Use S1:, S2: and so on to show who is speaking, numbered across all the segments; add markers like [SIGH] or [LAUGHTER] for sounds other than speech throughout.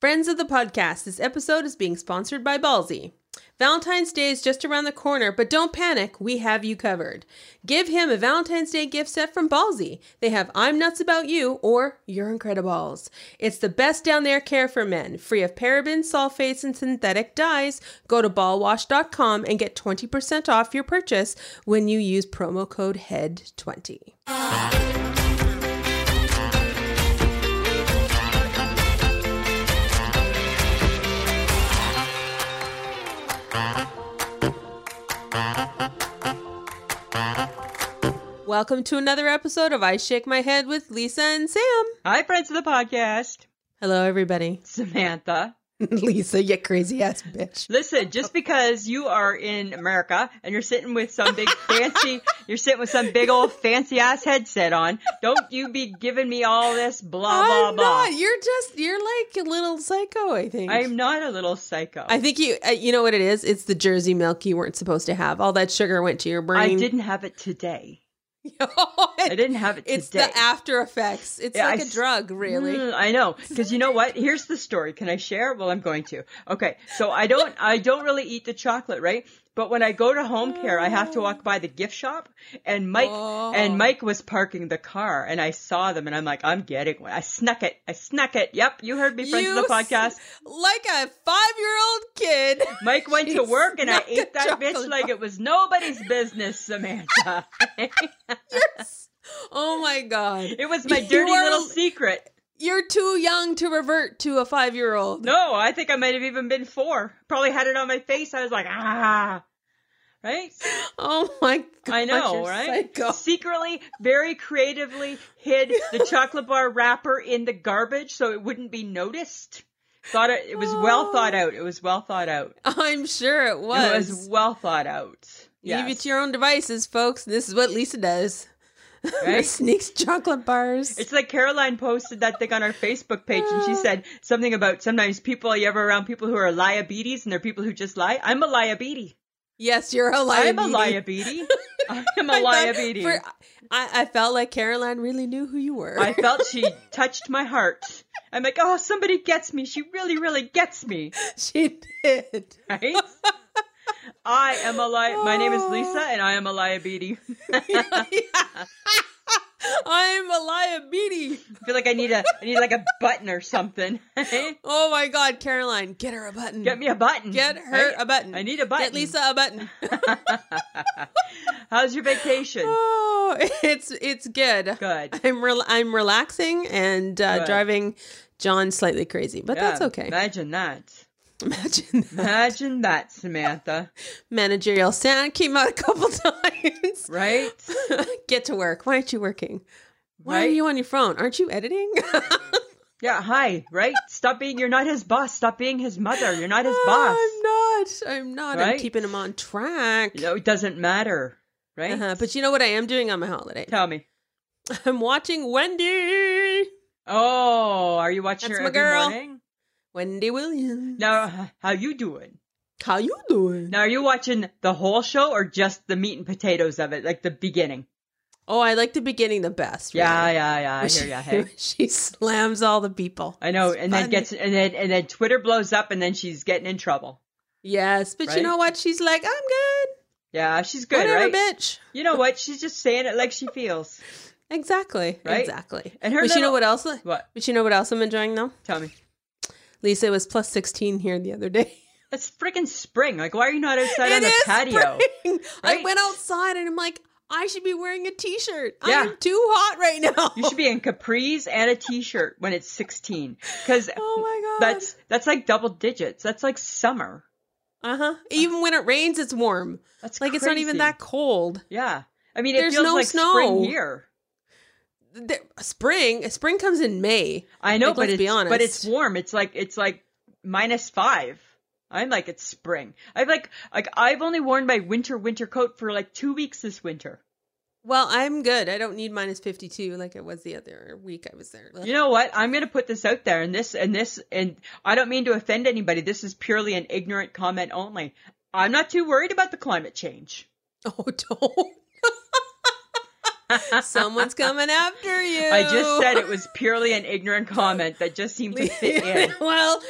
S1: Friends of the podcast, this episode is being sponsored by Ballsy. Valentine's Day is just around the corner, but don't panic, we have you covered. Give him a Valentine's Day gift set from Ballsy. They have I'm Nuts About You or You're Incredibles. It's the best down there care for men, free of parabens, sulfates, and synthetic dyes. Go to ballwash.com and get 20% off your purchase when you use promo code HEAD20. Welcome to another episode of I Shake My Head with Lisa and Sam.
S2: Hi, friends of the podcast.
S1: Hello, everybody.
S2: Samantha.
S1: [LAUGHS]
S3: Lisa, you crazy ass bitch.
S2: Listen, just because you are in America and you're sitting with some
S1: [LAUGHS]
S2: big fancy, you're sitting with some big old fancy ass headset on, don't you be giving me all this blah, blah,
S1: I'm
S2: blah.
S1: not. You're just you're like a little psycho. I think.
S2: I'm not a little psycho.
S1: I think you. Uh, you know what it is? It's the Jersey milk you weren't supposed to have. All that sugar went to your brain. [LAUGHS]
S2: I didn't have it today. I
S1: didn't.
S2: didn't have it
S1: It's
S2: today.
S1: the after effects. It's
S2: Yeah,
S1: like
S2: I
S1: a
S2: s-
S1: drug, really.
S2: Mm, I know, because you know what? Here's the story. Can I share? Well, I'm going to. Okay, so I don't, I don't really eat the chocolate, right? But when I go to home care, I have to walk by the gift shop, and Mike
S1: Oh.
S2: and Mike was parking the car, and I saw them, and I'm like, I'm getting one. I snuck it. I snuck it. Yep, you heard me, friends
S1: You
S2: of the podcast.
S1: s- like a five-year-old kid. [LAUGHS]
S2: Mike went to
S1: You
S2: work, and I
S1: snuck a
S2: ate that bitch
S1: chocolate
S2: like it was nobody's business, Samantha.
S1: oh my god!
S2: it was
S1: [LAUGHS]
S2: my
S1: You
S2: dirty
S1: are-
S2: little secret.
S1: You're too young to revert to a five-year-old.
S2: No, I think I might have even been four. Probably had it on my face. I was like, ah, right?
S1: Oh my god! [LAUGHS]
S2: I know,
S1: you're
S2: right?
S1: psycho. [LAUGHS]
S2: Secretly, very creatively hid the chocolate bar wrapper in the garbage so it wouldn't be noticed. Thought it, it was
S1: Oh.
S2: well thought out. It was well thought out.
S1: I'm sure it
S2: It
S1: was.
S2: was well thought out.
S1: Leave it
S2: Yes.
S1: to your own devices, folks. This is what Lisa does. [LAUGHS]
S2: Right?
S1: Sneaks chocolate bars.
S2: It's like Caroline posted that thing on our Facebook page and
S1: Uh.
S2: she said something about sometimes people, you ever around people who are liabetes and they're people who just lie? I'm a liabete.
S1: yes, you're a liar.
S2: I'm a
S1: [LAUGHS]
S2: liabete. I'm a liabete.
S1: I, I felt like Caroline really knew who you were. [LAUGHS]
S2: I felt she touched my heart. I'm like, oh, somebody gets me. She really, really gets me.
S1: she did.
S2: [LAUGHS]
S1: [LAUGHS]
S2: Right? I am a li- My name is Lisa, and I am a liability.
S1: I'm a liability.
S2: I feel like I need a, I need like a button or something. [LAUGHS]
S1: Oh my God, Caroline, get her a button.
S2: Get me a button.
S1: Get her
S2: Right?
S1: a button.
S2: I need a
S1: Get
S2: button.
S1: Lisa a
S2: [LAUGHS]
S1: button.
S2: How's your vacation?
S1: oh, it's it's good.
S2: Good.
S1: I'm rel- I'm relaxing and uh,
S2: Good.
S1: driving John slightly crazy, but that's
S2: Yeah,
S1: okay.
S2: Imagine that.
S1: [LAUGHS] Imagine that.
S2: Imagine that, Samantha.
S1: managerial sound came out a couple [LAUGHS] times.
S2: Right?
S1: Get to work. Why aren't you working? Why are
S2: Right?
S1: you on your phone? Aren't you editing?
S2: Yeah. Hi. Right? Stop being. You're not his boss. Stop being his mother.
S1: [LAUGHS]
S2: You're not his
S1: Oh,
S2: boss.
S1: I'm not. I'm not. I'm
S2: Right?
S1: keeping him on track.
S2: No, it doesn't matter. Right?
S1: Uh-huh. But you know what I am doing on my holiday?
S2: Tell me.
S1: [LAUGHS] I'm watching Wendy.
S2: Oh, are you watching
S1: That's
S2: her
S1: my
S2: every
S1: girl.
S2: morning?
S1: Wendy Williams.
S2: Now, h- how you doing?
S1: How you doing?
S2: Now, are you watching the whole show or just the meat and potatoes of it, like the beginning?
S1: Oh, I like the beginning the best.
S2: Yeah,
S1: really.
S2: yeah, yeah. I
S1: When [LAUGHS]
S2: hear
S1: she-
S2: ya. Hey,
S1: when she slams all the people.
S2: I know.
S1: It's
S2: And then
S1: funny.
S2: gets and then and then Twitter blows up, and then she's getting in trouble.
S1: Yes, but you
S2: Right?
S1: know what? She's like, I'm good.
S2: Yeah, she's good,
S1: Whatever,
S2: right?
S1: bitch.
S2: You know what? She's just saying it like she feels.
S1: Exactly.
S2: Right?
S1: Exactly.
S2: And her
S1: but you know
S2: little-
S1: what else?
S2: What?
S1: But you know what else I'm enjoying though?
S2: Tell me.
S1: Lisa was plus 16 here the other day.
S2: That's freaking spring. Like, why are you
S1: [LAUGHS]
S2: not outside on the patio?
S1: spring. I
S2: right?
S1: went outside and I'm like, I should be wearing a t-shirt.
S2: Yeah.
S1: I'm too hot right now.
S2: You should be in capris and a t-shirt when it's 16, because
S1: [LAUGHS] oh my god.
S2: that's that's like double digits. That's like summer.
S1: uh-huh. Even when it rains, it's warm.
S2: That's
S1: Like it's not even
S2: crazy.
S1: that cold.
S2: Yeah, I mean,
S1: There's
S2: it feels
S1: no
S2: like
S1: snow.
S2: spring here.
S1: There, spring, spring comes in May.
S2: I know,
S1: Like,
S2: but
S1: let's
S2: it's
S1: be
S2: but it's
S1: honest.
S2: warm. It's like it's like minus five. I'm like it's spring. I've like like I've only worn my winter winter coat for like two weeks this winter.
S1: Well, I'm good. I don't need minus 52 like it was the other week I was there. [LAUGHS]
S2: You know what? I'm gonna put this out there, and this and this and I don't mean to offend anybody. This is purely an ignorant comment only. I'm not too worried about the climate change.
S1: oh, don't. [LAUGHS] Someone's coming after you.
S2: [LAUGHS] I just said it was purely an ignorant comment that just
S1: [LAUGHS]
S2: seemed to fit in.
S1: well,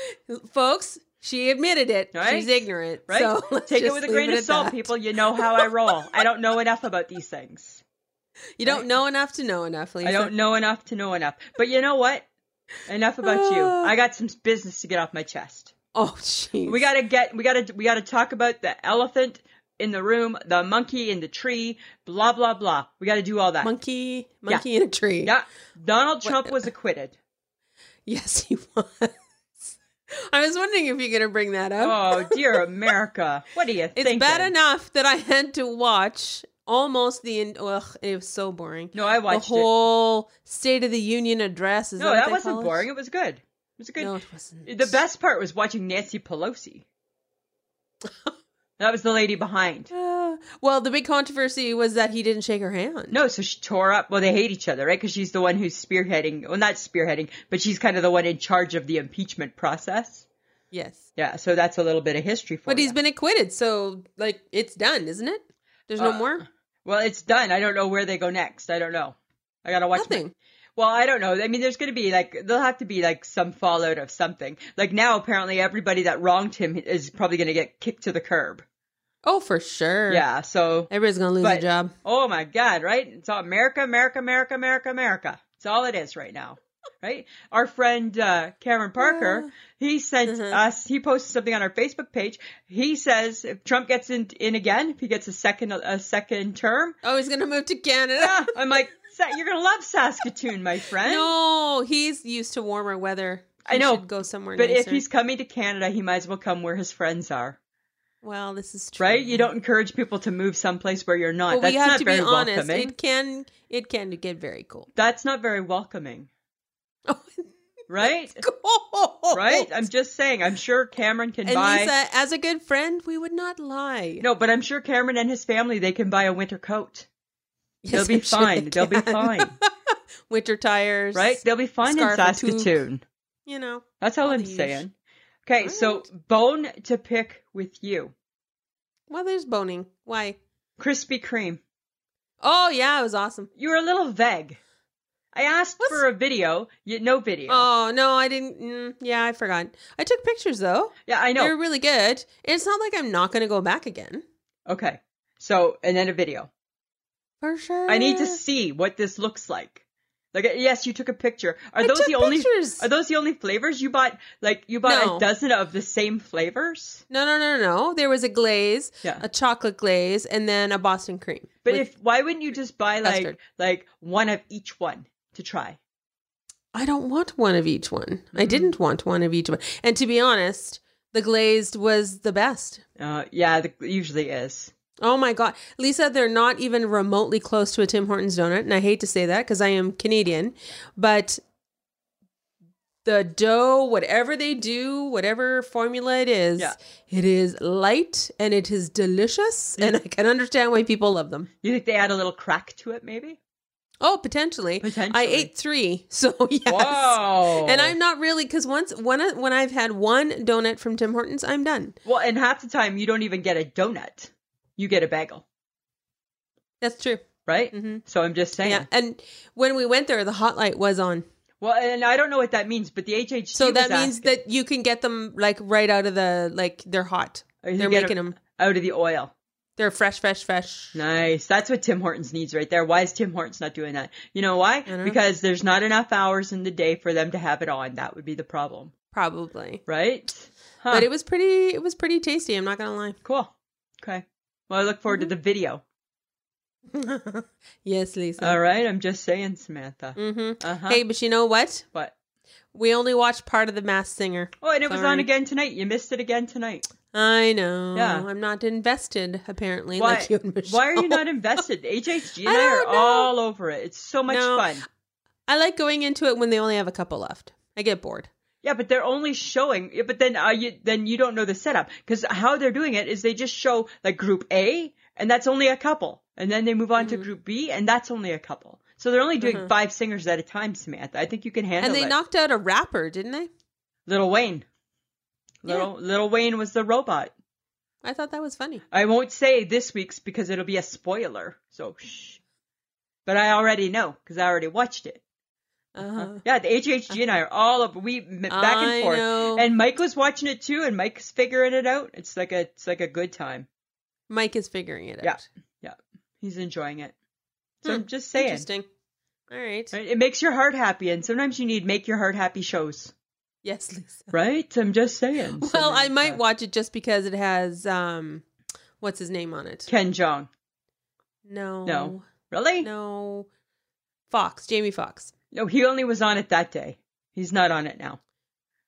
S1: folks, she admitted it.
S2: Right?
S1: She's ignorant.
S2: Right?
S1: So let's
S2: Take it
S1: just
S2: with a
S1: leave
S2: grain
S1: it
S2: of
S1: at
S2: salt,
S1: that.
S2: people. You know how I roll. I don't know enough about these things.
S1: You don't
S2: Right.
S1: know enough to know enough, Lisa.
S2: I don't know enough to know enough. But you know what? Enough
S1: [SIGHS]
S2: about you. I got some business to get off my chest.
S1: [LAUGHS] Oh, jeez.
S2: We gotta get. We gotta. We gotta talk about the elephant in the room, the monkey in the tree, blah blah blah. We gotta do all that.
S1: monkey, monkey in a tree.
S2: Yeah. Donald Trump was acquitted.
S1: Yes, he was. I was wondering if you're going to bring that up.
S2: Oh dear America, what do Oh, you think?
S1: it's bad enough that I had to watch almost the end. Ugh, it was so boring.
S2: No, I
S1: the
S2: watched it.
S1: whole State of the Union address. Is
S2: No,
S1: that, what
S2: that
S1: they
S2: wasn't
S1: call it?
S2: boring. It was good. It was a good.
S1: No, it wasn't.
S2: The best part was watching
S1: [LAUGHS]
S2: Nancy Pelosi. that was the lady behind.
S1: Uh, well, the big controversy was that he didn't shake her hand.
S2: No, so she tore up. Well, they hate each other, right? Because she's the one who's spearheading. Well, not spearheading, but she's kind of the one in charge of the impeachment process.
S1: Yes.
S2: Yeah, so that's a little bit of history for.
S1: But
S2: ya.
S1: he's been acquitted, so like it's done, isn't it? There's no
S2: Uh,
S1: more
S2: Well, it's done. I don't know where they go next. I don't know. I gotta watch.
S1: nothing.
S2: Well, I don't know. I mean, there's going to be like there'll have to be like some fallout of something. Like now, apparently, everybody that wronged him is probably going to get kicked to the curb.
S1: Oh, for sure.
S2: Yeah. So,
S1: Everybody's gonna lose their
S2: But-
S1: job.
S2: oh my God, right? It's all America, America, America, America, America. It's all it is right now, right? Our friend uh, Cameron Parker,
S1: Uh,
S2: he sent
S1: mhm.
S2: us. He posted something on our Facebook page. He says if Trump gets in, in again, if he gets a second a second term,
S1: Oh, he's gonna move to Canada. [LAUGHS]
S2: yeah, I'm like, "Sa- you're going to love Saskatoon, my friend.
S1: No, he's used to warmer weather. He
S2: I know,
S1: should go somewhere.
S2: But if
S1: nicer.
S2: he's coming to Canada, he might as well come where his friends are,
S1: well, this is true.
S2: right? You don't encourage people to move someplace where you're not.
S1: But
S2: That's
S1: we have
S2: not
S1: to be
S2: very
S1: honest.
S2: welcoming.
S1: It can it can get very cold. [LAUGHS]
S2: That's not very welcoming,
S1: Oh, it's
S2: right?
S1: cold. [LAUGHS]
S2: right? I'm just saying. I'm sure Cameron can
S1: and
S2: buy.
S1: Lisa, as a good friend, we would not lie. [LAUGHS]
S2: no, but I'm sure Cameron and his family they can buy a winter coat.
S1: Yes,
S2: they'll be
S1: I'm sure
S2: fine.
S1: they
S2: They'll be
S1: can.
S2: fine.
S1: [LAUGHS] Winter tires,
S2: Right? They'll be fine in
S1: Scarf and toque.
S2: Saskatoon.
S1: You know.
S2: That's all
S1: All
S2: I'm
S1: the usual.
S2: saying. Okay,
S1: All
S2: so bone to pick with you,
S1: Well, there's boning. Why?
S2: Krispy Kreme.
S1: Oh yeah, it was awesome.
S2: You were a little vague. I asked
S1: What's-
S2: for a video. You, no video.
S1: Oh no, I didn't. Mm, yeah, I forgot. I took pictures though.
S2: yeah, I know.
S1: They're really good. It's not like I'm not going to go back again.
S2: Okay. So, and then a video.
S1: For sure.
S2: I need to see what this looks like. Like, uh, yes, you took a picture. Are
S1: I
S2: those
S1: took
S2: the only?
S1: pictures.
S2: Are those the only flavors you bought? Like, you bought
S1: No.
S2: a dozen of the same flavors.
S1: No, no, no, no. There was a glaze,
S2: Yeah.
S1: a chocolate glaze, and then a Boston cream.
S2: But
S1: with-
S2: if why wouldn't you just buy like
S1: custard.
S2: like one of each one to try?
S1: I don't want one of each one, I
S2: Mm-hmm.
S1: didn't want one of each one. And to be honest, the glazed was the best.
S2: Uh, yeah, the, usually is.
S1: Oh my god, Lisa, they're not even remotely close to a Tim Hortons donut, and I hate to say that because I am Canadian, but the dough, whatever they do, whatever formula it is,
S2: Yeah.
S1: it is light and it is delicious,
S2: Mm.
S1: and I can understand why people love them.
S2: You think they add a little crack to it, maybe?
S1: Oh, potentially.
S2: Potentially.
S1: I ate three, [LAUGHS] so yes.
S2: Wow.
S1: And I'm not really because once when I, when I've had one donut from Tim Hortons, I'm done.
S2: well, and half the time you don't even get a donut. You get a bagel,
S1: That's true.
S2: right?
S1: Mhm.
S2: So I'm just saying.
S1: Yeah. And when we went there, the hot light was on.
S2: Well, and I don't know what that means, but the HHC
S1: So
S2: was
S1: that means
S2: asking-
S1: that you can get them like right out of the like they're hot.
S2: Oh, you
S1: They're
S2: get
S1: making
S2: it
S1: them.
S2: out of the oil.
S1: They're fresh, fresh, fresh.
S2: Nice. That's what Tim Hortons needs right there. Why is Tim Hortons not doing that? You know why?
S1: don't know.
S2: Because there's not enough hours in the day for them to have it on. That would be the problem,
S1: Probably.
S2: right? Huh.
S1: But it was pretty. It was pretty tasty. I'm not gonna
S2: cool. Okay. Well, I look forward
S1: Mm-hmm.
S2: to the video.
S1: lie. [LAUGHS] yes, Lisa.
S2: All right. I'm just saying, Samantha.
S1: hmm
S2: Uh-huh.
S1: Hey, but you know what?
S2: What?
S1: We only watched part of the Masked Singer.
S2: Oh, and it was on
S1: Sorry.
S2: again tonight. You missed it again tonight.
S1: I know.
S2: Yeah.
S1: I'm not invested apparently.
S2: Why-
S1: Like you and Michelle.
S2: Why are
S1: [LAUGHS]
S2: you not invested? HHG and
S1: I
S2: I, are
S1: don't know.
S2: all over it. It's so much
S1: No.
S2: fun.
S1: I like going into it when they only have a couple left. I get bored.
S2: Yeah, but they're only showing. yeah, But then, are you then you don't know the setup because how they're doing it is they just show like group A, and that's only a couple, and then they move on
S1: Mm-hmm.
S2: to group B, and that's only a couple. So they're only doing five singers at a time, Samantha. I think you can handle
S1: Uh-huh. And they
S2: it.
S1: knocked out a rapper, didn't they?
S2: Little Wayne, little Little Wayne was the robot.
S1: I thought that was funny.
S2: I won't say this week's because it'll be a spoiler. So shh. but I already know because I already watched it.
S1: Uh-huh.
S2: Yeah, the HHG and I are all up. We m- back
S1: I
S2: and forth,
S1: know.
S2: and Mike was watching it too, and Mike's figuring it out. It's like a it's like a good time.
S1: Mike is figuring it
S2: Yeah.
S1: out.
S2: He's enjoying it. So
S1: Hmm,
S2: I'm just saying,
S1: Interesting. All right.
S2: right? it makes your heart happy, and sometimes you need make your heart happy shows,
S1: Yes,
S2: [LAUGHS]
S1: Lisa.
S2: right? I'm just saying. So
S1: [LAUGHS]
S2: uh,
S1: Well, I
S2: there's
S1: might
S2: that.
S1: watch it just because it has um, what's his name on it?
S2: Ken Jong.
S1: No,
S2: No. Really? No.
S1: no, Fox, Jamie Fox.
S2: he only was on it that day. He's not on it now.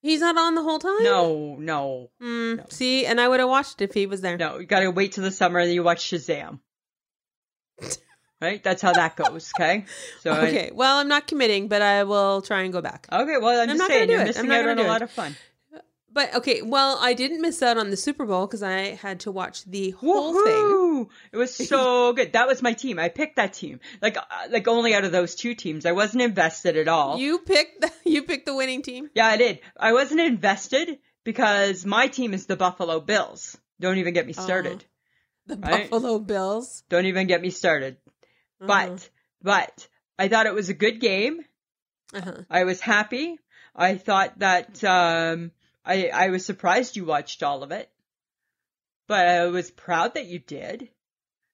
S1: He's not on the whole time.
S2: No, no,
S1: Mm,
S2: No.
S1: See, and I would have watched if he was there.
S2: no. You got to wait till the summer that you watch
S1: [LAUGHS]
S2: Shazam. Right? That's how that goes. Okay. So I- Uh.
S1: Okay. Well, I'm not committing, but I will try and go back.
S2: Okay, well, I'm,
S1: I'm
S2: just
S1: not gonna
S2: saying
S1: do
S2: you're
S1: it. I'm
S2: missing
S1: not
S2: out
S1: gonna
S2: on a
S1: do it.
S2: lot of fun.
S1: But okay, well, I didn't miss out on the Super Bowl because I had to watch the whole thing.
S2: Woohoo! It was
S1: [LAUGHS]
S2: so good. That was my team. I picked that team. Like, uh, like only out of those two teams, I wasn't invested at all.
S1: You picked the [LAUGHS] you picked the winning team.
S2: yeah, I did. I wasn't invested because my team is the Buffalo Bills. Don't even get me started.
S1: The
S2: Right.
S1: Buffalo Bills.
S2: Don't even get me started.
S1: Mm-hmm.
S2: But, but I thought it was a good game.
S1: Uh-huh. Uh-huh.
S2: I was happy. I thought that um, I I was surprised you watched all of it, but I was proud that you did.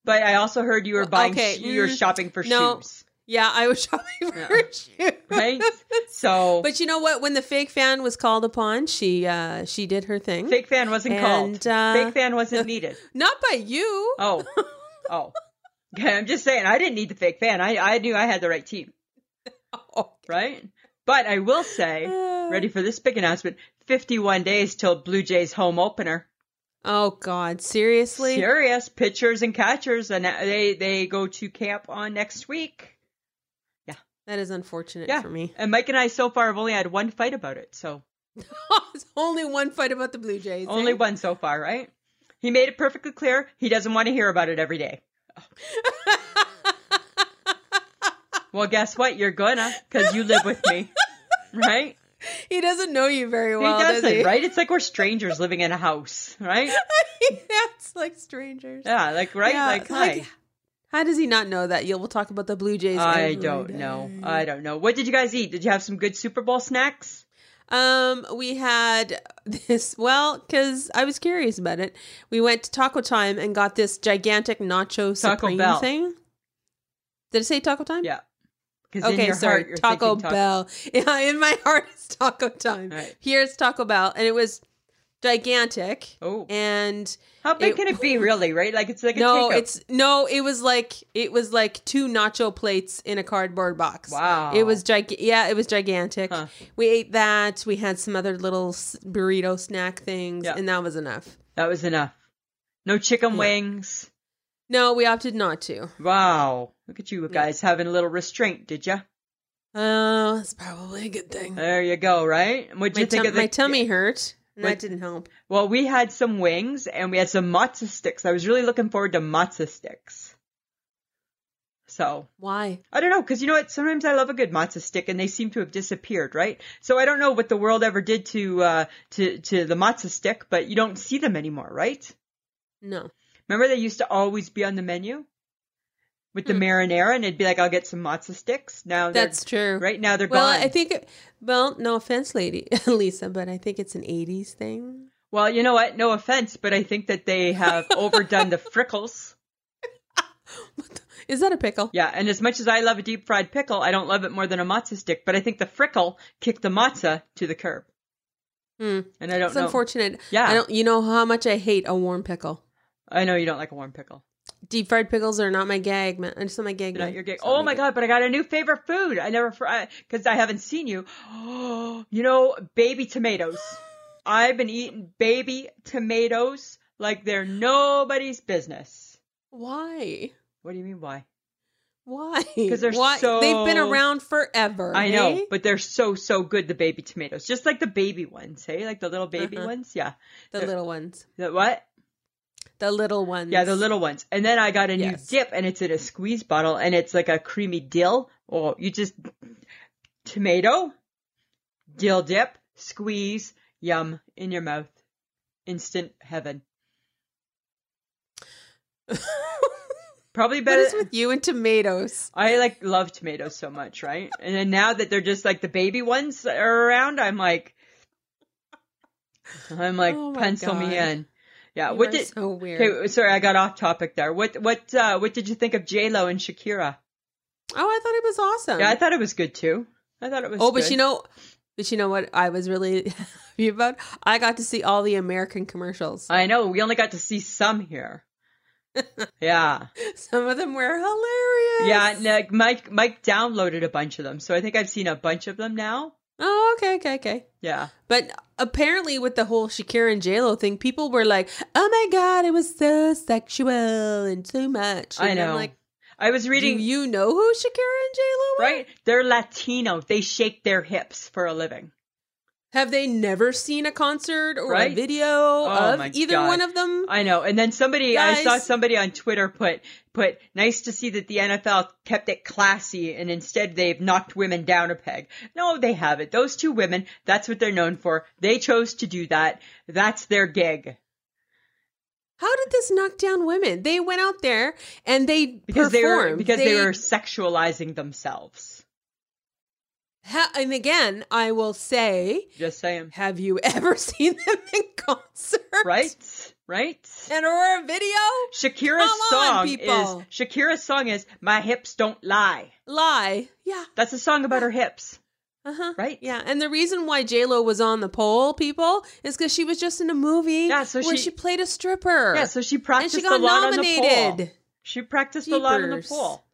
S2: But I also heard you were
S1: Well,
S2: buying
S1: okay,
S2: sho- you were
S1: mm,
S2: shopping for
S1: no.
S2: shoes,
S1: yeah, I was shopping for [LAUGHS]
S2: Yeah.
S1: shoes.
S2: right? so
S1: But you know what? When the fake fan was called upon, she uh she did her thing.
S2: fake fan wasn't
S1: And,
S2: called.
S1: uh,
S2: fake fan wasn't needed.
S1: Not by you. [LAUGHS]
S2: Oh, oh. [LAUGHS] Okay, I'm just saying I didn't need the fake fan. I I knew I had the right team, right? But I will say,
S1: Uh,
S2: Oh, ready for this big announcement? 51 days till Blue Jays home opener.
S1: Oh God! Seriously?
S2: serious pitchers and catchers, and they they go to camp on next week.
S1: that is unfortunate
S2: Yeah.
S1: for
S2: [LAUGHS]
S1: me. [LAUGHS]
S2: And Mike and I so far have only had one fight about it, so
S1: it's only one fight about the Blue Jays.
S2: only
S1: eh?
S2: one so far, right? He made it perfectly clear he doesn't want to hear about it every day. Well, guess what? You're gonna, because you live with
S1: [LAUGHS]
S2: me, right?
S1: [LAUGHS] he doesn't know you very
S2: He
S1: well,
S2: doesn't,
S1: does he?
S2: right? It's like we're strangers living in a house, right?
S1: [LAUGHS] That's like strangers.
S2: Yeah, like right,
S1: Yeah,
S2: like, like
S1: How does he not know that? You'll we'll talk about the Blue Jays.
S2: I
S1: every
S2: don't
S1: day.
S2: know, I don't know. What did you guys eat? Did you have some good Super Bowl snacks?
S1: Um, we had this, well, because I was curious about it. We went to Taco Time and got this gigantic nacho
S2: Taco
S1: supreme
S2: Bell.
S1: thing. Did it say Taco Time?
S2: Yeah. 'Cause in
S1: Okay,
S2: your
S1: sorry.
S2: heart, you're
S1: Taco
S2: thinking
S1: Bell. [LAUGHS] Yeah, in my heart it's Taco Time.
S2: All right.
S1: Here's Taco Bell, and it was gigantic.
S2: Oh,
S1: And
S2: How big
S1: It-
S2: can it be, really? Right? Like it's like a
S1: no,
S2: takeout.
S1: it's no, it was like it was like two nacho plates in a cardboard box.
S2: wow.
S1: It was gig. Yeah, it was gigantic.
S2: Oh. Huh.
S1: We ate that. We had some other little s- burrito snack things,
S2: Yeah.
S1: and that was enough.
S2: that was enough. No chicken
S1: Yeah.
S2: wings.
S1: No, we opted not to.
S2: Wow. Look at you guys having a little restraint, did ya?
S1: Oh, that's probably a good thing.
S2: There you go. Right? And What'd
S1: Uh, My,
S2: you think
S1: tum-
S2: of the
S1: my tummy hurt, and
S2: What-
S1: that didn't help.
S2: Well, we had some wings and we had some matzo sticks. I was really looking forward to matzo sticks. So
S1: Why?
S2: I don't know, because you know what? Sometimes I love a good matzo stick, and they seem to have disappeared, right? So I don't know what the world ever did to uh, to to the matzo stick, but you don't see them anymore, right?
S1: No.
S2: Remember they used to always be on the menu with the
S1: Hmm.
S2: marinara, and it'd be like, "I'll get some matzo sticks." Now they're-
S1: That's true.
S2: right now they're
S1: Well,
S2: gone.
S1: I think. Well, no offense, lady [LAUGHS] Lisa, but I think it's an '80s thing.
S2: well, you know what? No offense, but I think that they have overdone the frickles.
S1: Is that a pickle?
S2: Yeah, and as much as I love a deep fried pickle, I don't love it more than a matzo stick. But I think the frickle kicked the matzo to the curb,
S1: Hmm.
S2: and I don't
S1: It's
S2: know. Ah.
S1: unfortunate.
S2: Yeah.
S1: I don't. You know how much I hate a warm pickle.
S2: I know you don't like a warm pickle.
S1: Deep fried pickles are not my gag, man. It's not my gag.
S2: You're not
S1: man.
S2: your gig.
S1: It's not
S2: Oh my god! But I got a new favorite food. I never because I, haven't seen you. [GASPS] you know,
S1: [GASPS]
S2: baby tomatoes. I've been eating baby tomatoes like they're nobody's business.
S1: Why?
S2: What do you mean? Why?
S1: Why?
S2: 'Cause they're
S1: Why? They've been
S2: so-
S1: around forever.
S2: I know,
S1: eh?
S2: but they're so so good. The baby tomatoes, just like the baby ones, hey, like the little baby
S1: Uh-huh.
S2: ones. Yeah.
S1: the little ones.
S2: The what?
S1: The little ones.
S2: Yeah,
S1: [LAUGHS]
S2: the little ones. And then I got a new
S1: Yes.
S2: dip, and it's in a squeeze bottle, and it's like a creamy dill. Oh, you just tomato, dill dip, squeeze, yum in your mouth, instant heaven. Probably
S3: What
S2: better.
S3: is with you and tomatoes?
S2: I like love tomatoes so much, right? And then now that they're just like the baby ones that are around, I'm like, I'm like,
S3: Oh my
S2: pencil
S3: God.
S2: me in. Yeah.
S1: You
S2: what
S1: are
S2: did?
S1: so weird.
S2: Okay, sorry, I got off topic there. What what uh, what did you think of J Lo and Shakira?
S1: Oh, I thought it was awesome.
S2: yeah, I thought it was good too. I thought it was.
S1: Um, oh, but
S2: good.
S1: you know, but you know what? I was really [LAUGHS] happy about. I got to see all the American commercials.
S2: I know we only got to see some here. yeah,
S1: [LAUGHS] Some of them were hilarious.
S2: yeah. and, Like Mike Mike downloaded a bunch of them, so I think I've seen a bunch of them now.
S1: Oh, okay, okay, okay.
S2: Yeah.
S1: But apparently, with the whole Shakira and J Lo thing, people were like, "Oh my god, it was so sexual and too much."
S2: I
S1: And I'm
S2: know.
S1: like,
S2: I was reading
S1: do you know who Shakira and J Lo?
S2: right? They're Latino. They shake their hips for a living.
S1: Have they never seen a concert or
S2: Right? Oh
S1: a video
S2: my
S1: of either
S2: God.
S1: one of them?
S2: I know. And then somebody I saw
S1: Guys.
S2: somebody on Twitter put put nice to see that the NFL kept it classy and instead they've knocked women down a peg. No, they haven't. Those two women, that's what they're known for. They chose to do that. That's their gig.
S1: How did this knock down women? They went out there and they
S2: Because they
S1: performed.
S2: were because they, were sexualizing themselves.
S1: Ha- and again, I will say,
S2: Just saying.
S1: have you [LAUGHS] ever seen them in concert?
S2: Right? Right?
S1: And or a video?
S2: Shakira's
S1: Come on,
S2: song
S1: people.
S2: is Shakira's song is My Hips Don't Lie.
S1: Lie. Yeah.
S2: That's a song about her hips.
S1: Uh huh.
S2: Right?
S1: Yeah. And the reason why J Lo was on the poll, people, is because she was just in a movie
S2: Yeah, so
S1: where
S2: she-
S1: she played a stripper.
S2: Yeah, so she
S1: and
S2: practiced
S1: she got
S2: a lot on the
S1: nominated.
S2: pole. She practiced a lot on the
S1: Jeepers.
S2: pole.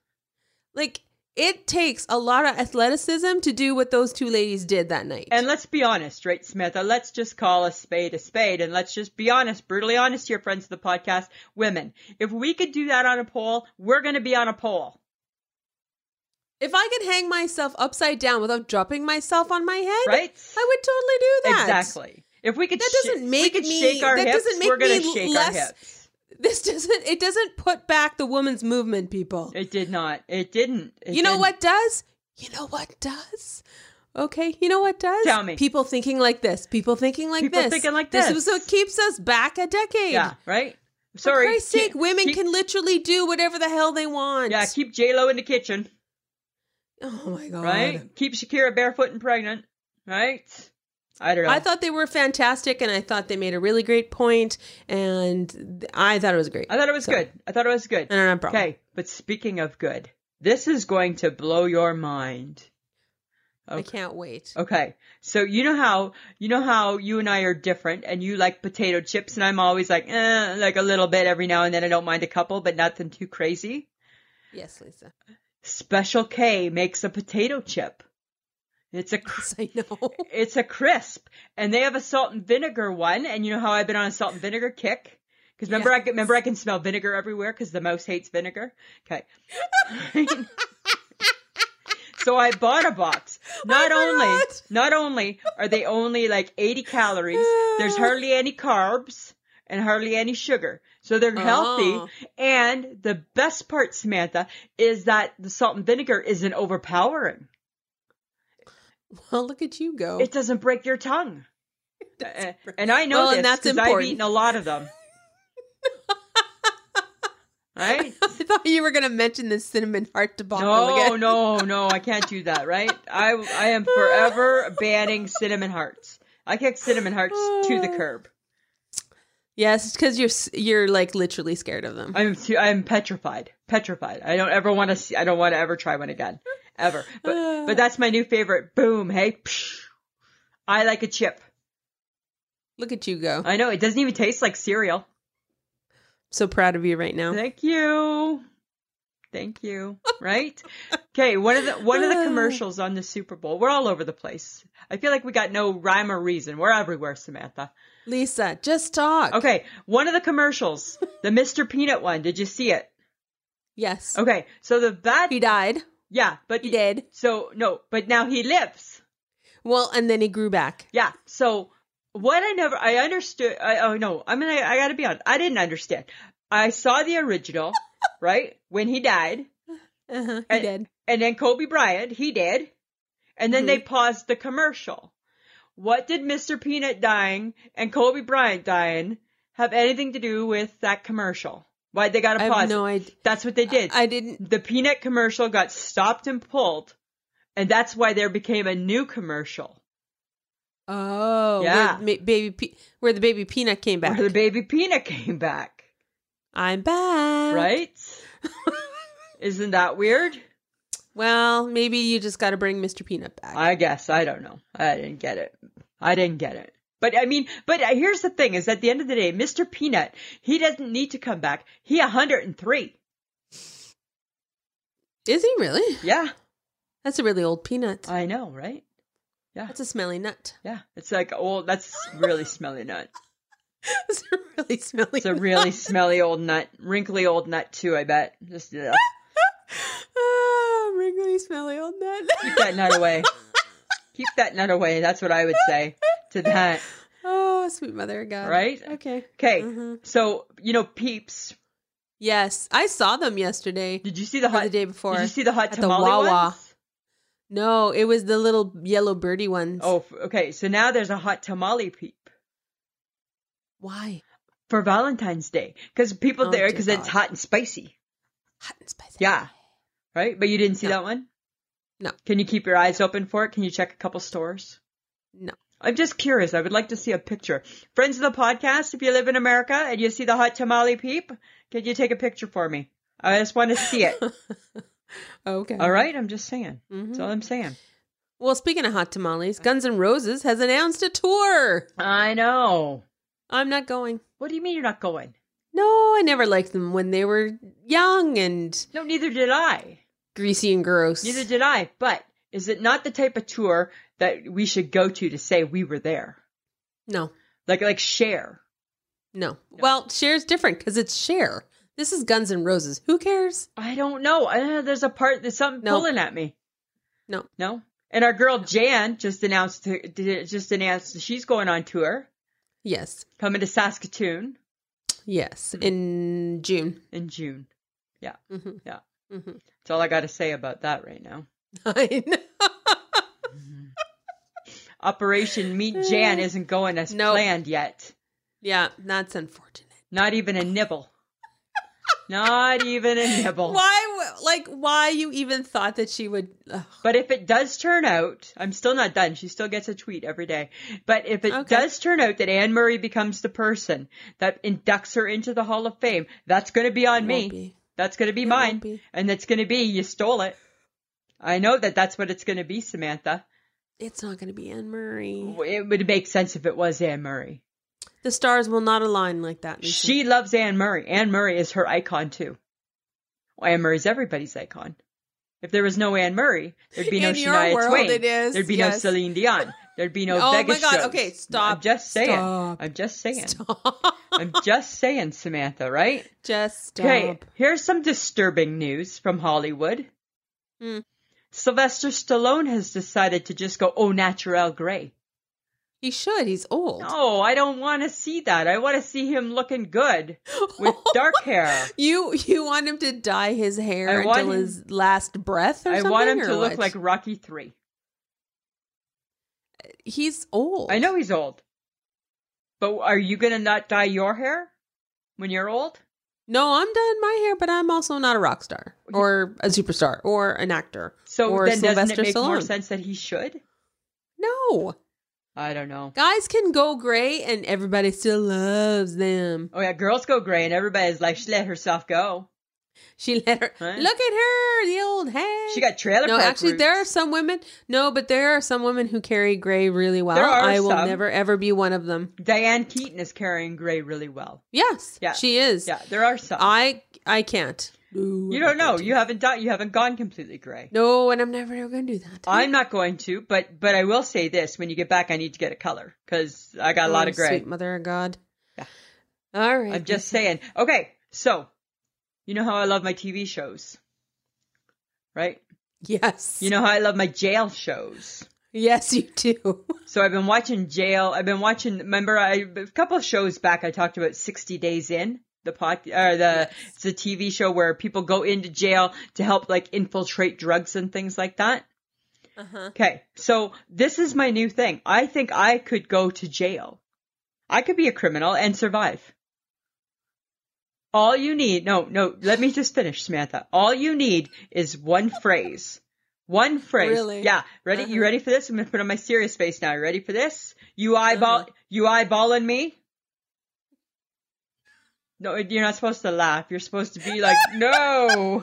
S1: Like it takes a lot of athleticism to do what those two ladies did that night.
S2: And let's be honest, right, Samantha? Let's just call a spade a spade and let's just be honest, brutally honest here, friends of the podcast. Women, if we could do that on a poll, we're going to be on a poll.
S1: if I could hang myself upside down without dropping myself on my head,
S2: Right?
S1: I would totally do that.
S2: Exactly. If we could,
S1: That
S2: sh-
S1: doesn't
S2: if we
S1: make
S2: could
S1: me-
S2: shake our
S1: that
S2: hips,
S1: doesn't make
S2: we're going to
S1: me
S2: shake our
S1: less-
S2: hips.
S1: This doesn't it doesn't put back the women's movement, people.
S2: It did not. It didn't. It
S1: you know
S2: didn't.
S1: what does? You know what does? Okay, you know what does?
S2: Tell me.
S1: People thinking like this. People thinking like
S2: People
S1: this.
S2: thinking like this.
S1: is what keeps us back a decade.
S2: Yeah, right?
S1: For
S2: Sorry.
S1: Christ's
S2: keep-
S1: sake, women
S2: keep-
S1: can literally do whatever the hell they want.
S2: Yeah, keep J-Lo in the kitchen,
S1: oh my god.
S2: right? Keep Shakira barefoot and pregnant, right? I don't know.
S1: I thought they were fantastic, and I thought they made a really great point, and th- I thought it was great.
S2: I thought it was
S1: So-
S2: good. I thought it was good.
S1: I don't have a problem.
S2: Okay, but speaking of good, this is going to blow your mind.
S1: I can't wait.
S2: Okay. So you know how you know how you and I are different and you like potato chips and I'm always like eh, like a little bit every now and then I don't mind a couple but nothing too crazy.
S1: Yes, Lisa.
S2: Special K makes a potato chip. It's a cr-
S1: Yes, I know. [LAUGHS]
S2: it's a crisp and they have a salt and vinegar one and you know how I've been on a salt and vinegar kick? Cuz remember I
S1: Yes.
S2: can- remember I can smell vinegar everywhere cuz the mouse hates vinegar. Okay. [LAUGHS] so I bought a box.
S1: Oh
S2: Not only
S1: forgot.
S2: not only are they only like 80 calories,
S1: [SIGHS]
S2: there's hardly any carbs and hardly any sugar. So they're
S1: Oh.
S2: healthy and the best part Samantha is that the salt and vinegar isn't overpowering.
S1: Well, look at you go.
S2: It doesn't break
S1: [LAUGHS]
S2: your tongue. Uh, and I know
S1: Well,
S2: this
S1: and that's
S2: because I've
S1: important.
S2: eaten a lot
S1: [LAUGHS]
S2: of them. right?
S1: [LAUGHS] I thought you were going to mention the cinnamon heart debacle
S2: No,
S1: again.
S2: no, no! I can't do that. Right? I I am forever banning cinnamon hearts. I kick cinnamon hearts
S1: [SIGHS]
S2: to the curb.
S1: Yes, because you're s- you're like literally scared of them.
S2: I'm too, I'm petrified, petrified. I don't ever want to see. I don't want to ever try one again, ever.
S1: [SIGHS]
S2: But but that's my new favorite. Boom! Hey, psh. I like a chip.
S1: Look at you go.
S2: I know it doesn't even taste like cereal.
S1: So proud of you right now.
S2: Thank you. Thank you. Right? Okay, one of the one
S1: [SIGHS]
S2: of the commercials on the Super Bowl. We're all over the place. I feel like we got no rhyme or reason. We're everywhere, Samantha.
S1: Lisa, just talk.
S2: Okay, one of the commercials, the Mr. Peanut one. Did you see it?
S1: Yes.
S2: Okay, so the bad
S1: He died.
S2: yeah, but
S1: He did.
S2: So no, but now he lives.
S1: Well, and then he grew back.
S2: Yeah. So what I never I understood I oh no, I mean I, I gotta be honest. I didn't understand. I saw the original, right? When he died.
S1: Uh-huh, he
S2: And-
S1: did.
S2: And then Kobe Bryant, he did. And then they
S1: Mm-hmm.
S2: paused the commercial. What did Mr. Peanut dying and Kobe Bryant dying have anything to do with that commercial? Why they got to
S1: I
S2: pause?
S1: have
S2: it.
S1: no idea.
S2: That's what they did.
S1: I didn't.
S2: the peanut commercial got stopped and pulled, and that's why there became a new commercial
S1: Oh, Where,
S2: Yeah.
S1: ma- baby, pe- where the baby peanut came back.
S2: where the baby peanut [LAUGHS] came back.
S1: I'm back.
S2: Right? Isn't that weird?
S1: [LAUGHS] Well, maybe you just got to bring Mr. Peanut back.
S2: I guess I don't know. I didn't get it. I didn't get it. But I mean, but uh, here's the thing: is at the end of the day, Mr. Peanut, he doesn't need to come back. He 103.
S1: Is he really?
S2: Yeah,
S1: That's a really old peanut.
S2: I know, right?
S1: That's a smelly nut. [LAUGHS]
S2: Yeah, it's like oh, that's really smelly nut.
S1: That's a really smelly. [LAUGHS]
S2: It's a really smelly old nut, wrinkly old nut too. I bet. Just uh, ugh,
S1: [LAUGHS] Ah, wrinkly, smelly old nut.
S2: keep that nut away. Keep that nut away. That's what I would say to that.
S1: [LAUGHS] oh, sweet mother of God.
S2: Right?
S1: Okay.
S2: Okay,
S1: hmm
S2: so you know, peeps.
S1: Yes, I saw them yesterday
S2: Did you see the
S1: or the
S2: hot?
S1: day
S2: Did
S1: before.
S2: you see the hot
S1: at the
S2: tamale
S1: Wawa.
S2: ones?
S1: no, it was the little yellow birdie ones.
S2: Oh, f- okay. So now there's a hot tamale peep
S1: why?
S2: for Valentine's Day because people
S1: Oh,
S2: there
S1: dear
S2: because it's
S1: God.
S2: hot and spicy.
S1: Hot and spicy.
S2: Yeah, right. But you didn't see
S1: No.
S2: that one.
S1: No.
S2: Can you keep your eyes open for it? Can you check a couple stores?
S1: No.
S2: I'm just curious. I would like to see a picture. Friends of the podcast, if you live in America and you see the hot tamale peep, can you take a picture for me? I just want to
S1: [LAUGHS]
S2: see it.
S1: Okay.
S2: All right. I'm just saying.
S1: Mhm.
S2: That's all I'm saying.
S1: Well, speaking of hot tamales,
S2: Uh.
S1: Guns N' Roses has announced a tour.
S2: I know.
S1: I'm not going.
S2: What do you mean you're not going?
S1: No, I never liked them when they were young and
S2: No, neither did I.
S1: greasy and gross.
S2: Neither did I. But is it not the type of tour that we should go to to say we were there?
S1: no,
S2: Like like share.
S1: no, Well, Cher's different because it's Cher. This is Guns N' Roses. Who cares?
S2: I don't know. I don't know. There's a part there's something
S1: No.
S2: pulling at me.
S1: No.
S2: No. And our girl Jan just announced just announced she's going on tour,
S1: Yes,
S2: coming to Saskatoon
S1: yes.
S2: Mm-hmm.
S1: In June.
S2: in June.
S1: Mhm.
S2: Yeah.
S1: Mhm.
S2: That's all I got to say about that right now.
S1: [LAUGHS] I know.
S2: Operation
S1: [SIGHS]
S2: Meet Jan isn't going as
S1: Nope.
S2: planned yet.
S1: yeah, that's unfortunate.
S2: Not even a nibble. Not even a nibble.
S1: Why? w- Like, why you even thought that she would? Ugh.
S2: But if it does turn out, I'm still not done. She still gets a tweet every day. But if it
S1: Okay.
S2: does turn out that Anne Murray becomes the person that inducts her into the Hall of Fame, that's going to be on
S1: It
S2: me.
S1: won't be.
S2: That's going to be
S1: It
S2: mine.
S1: won't be.
S2: And it's going to be you stole it. I know that that's what it's going to be, Samantha.
S1: It's not going to be Anne Murray.
S2: It would make sense if it was Anne Murray.
S1: The stars will not align like that. Lisa.
S2: She loves Anne Murray. Anne Murray is her icon too. Well, Anne Murray's everybody's icon. If there was no Anne Murray, there'd be no
S3: In your
S2: Shania
S3: world,
S2: Twain.
S3: it is,
S2: There'd be no
S3: yes.
S2: Celine Dion. There'd be no
S1: [LAUGHS] Oh my
S2: Vegas
S1: God,
S2: shows.
S1: okay, stop,
S2: I'm just saying.
S1: stop,
S2: I'm just saying.
S1: Stop.
S2: [LAUGHS] I'm just saying, Samantha. Right?
S1: Just stop.
S2: Okay. Here's some disturbing news from Hollywood.
S1: Hmm.
S2: Sylvester Stallone has decided to just go au naturel gray.
S1: He should. He's old.
S2: No, I don't want to see that. I want to see him looking good
S1: [LAUGHS]
S2: with dark hair.
S1: You you want him to dye his hair
S2: I want
S1: until
S2: him-
S1: his last breath or
S2: I
S1: something?
S2: want him
S1: or
S2: to look
S1: what?
S2: like Rocky Three.
S1: he's old.
S2: I know he's old, but are you gonna not dye your hair when you're old?
S1: No, I'm dyeing my hair, but I'm also not a rock star or a superstar or an actor.
S2: So
S1: or
S2: then, doesn't
S1: Sylvester
S2: it make more
S1: Stallone.
S2: sense that he should?
S1: No,
S2: I don't know.
S1: guys can go gray, and everybody still loves them.
S2: Oh yeah, girls go gray, and everybody's like, she let herself go.
S1: She let her
S2: Right.
S1: look at her, the old head.
S2: She got trailer
S1: no.
S2: park
S1: Actually, there are
S2: roots.
S1: some women. No, but there are some women who carry gray really well.
S2: There are
S1: I will
S2: some.
S1: never ever be one of them.
S2: Diane Keaton is carrying gray really well.
S1: Yes,
S2: Yeah.
S1: she is.
S2: Yeah, there are some.
S1: I I can't.
S2: you don't know. You haven't done. You haven't gone completely gray.
S1: No, and I'm never going to do that.
S2: I'm not going to, but but I will say this: when you get back, I need to get a color because I got a lot
S1: Oh,
S2: of gray.
S1: Sweet mother of God.
S2: Yeah.
S1: All right.
S2: I'm just saying. Okay, so you know how I love my TV shows, right?
S1: Yes.
S2: You know how I love my jail shows.
S1: Yes, you do.
S2: So I've been watching jail. I've been watching. Remember, I, a couple of shows back, I talked about 60 Days In. The pod, or the it's a TV show where people go into jail to help like infiltrate drugs and things like that.
S1: Uh huh.
S2: Okay, so this is my new thing. I think I could go to jail. I could be a criminal and survive. All you need, no, no, let me just finish, Samantha. All you need is one phrase. One phrase.
S3: Really?
S2: Yeah. Ready? You
S1: Uh-huh.
S2: ready for this? I'm going to put on my serious face now. You ready for this? You eyeball,
S1: Uh-huh.
S2: you eyeballing me? No, you're not supposed to laugh. You're supposed to
S1: [LAUGHS]
S2: be like, no.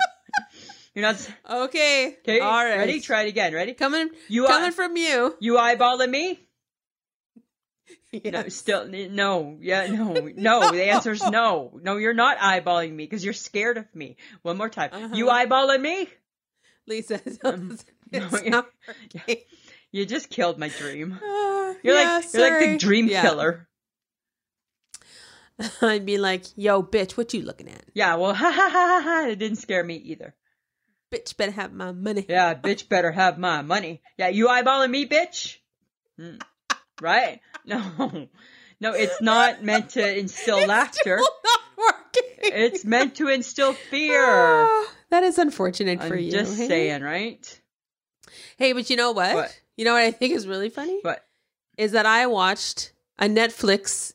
S2: You're not. s-
S1: Okay.
S2: Okay.
S1: All right.
S2: Ready? Try it again. Ready?
S1: Coming,
S2: You
S1: coming
S2: eye,
S1: from you.
S2: you eyeballing me?
S1: Yeah.
S2: No, still no. Yeah, no, no. The answer is no. No, you're not eyeballing me because you're scared of me. One more time. You
S1: Uh-huh.
S2: eyeballing me?
S1: Lisa. [LAUGHS]
S2: Um,
S1: it's
S2: no,
S1: not
S2: yeah.
S1: working.
S2: You just killed my dream.
S1: Ah,
S2: You're
S1: yeah,
S2: like you're like the
S1: sorry.
S2: dream
S1: Yeah.
S2: killer.
S1: [LAUGHS] I'd be like, yo, bitch, what you looking at?
S2: Yeah. Well, [LAUGHS] ha ha ha ha ha. It didn't scare me either.
S1: Bitch, better have my money.
S2: Yeah, bitch, better have my money. Yeah, you eyeballing me, bitch? Mm. Right? No, no. It's not meant
S1: [LAUGHS]
S2: to instill laughter.
S1: Still not working.
S2: It's meant to instill fear.
S1: [LAUGHS] Ah, that is unfortunate for
S2: I'm
S1: you.
S2: just
S1: hey?
S2: saying, right?
S1: Hey, but you know what?
S2: What?
S1: You know what I think is really funny
S2: But
S1: is that I watched a Netflix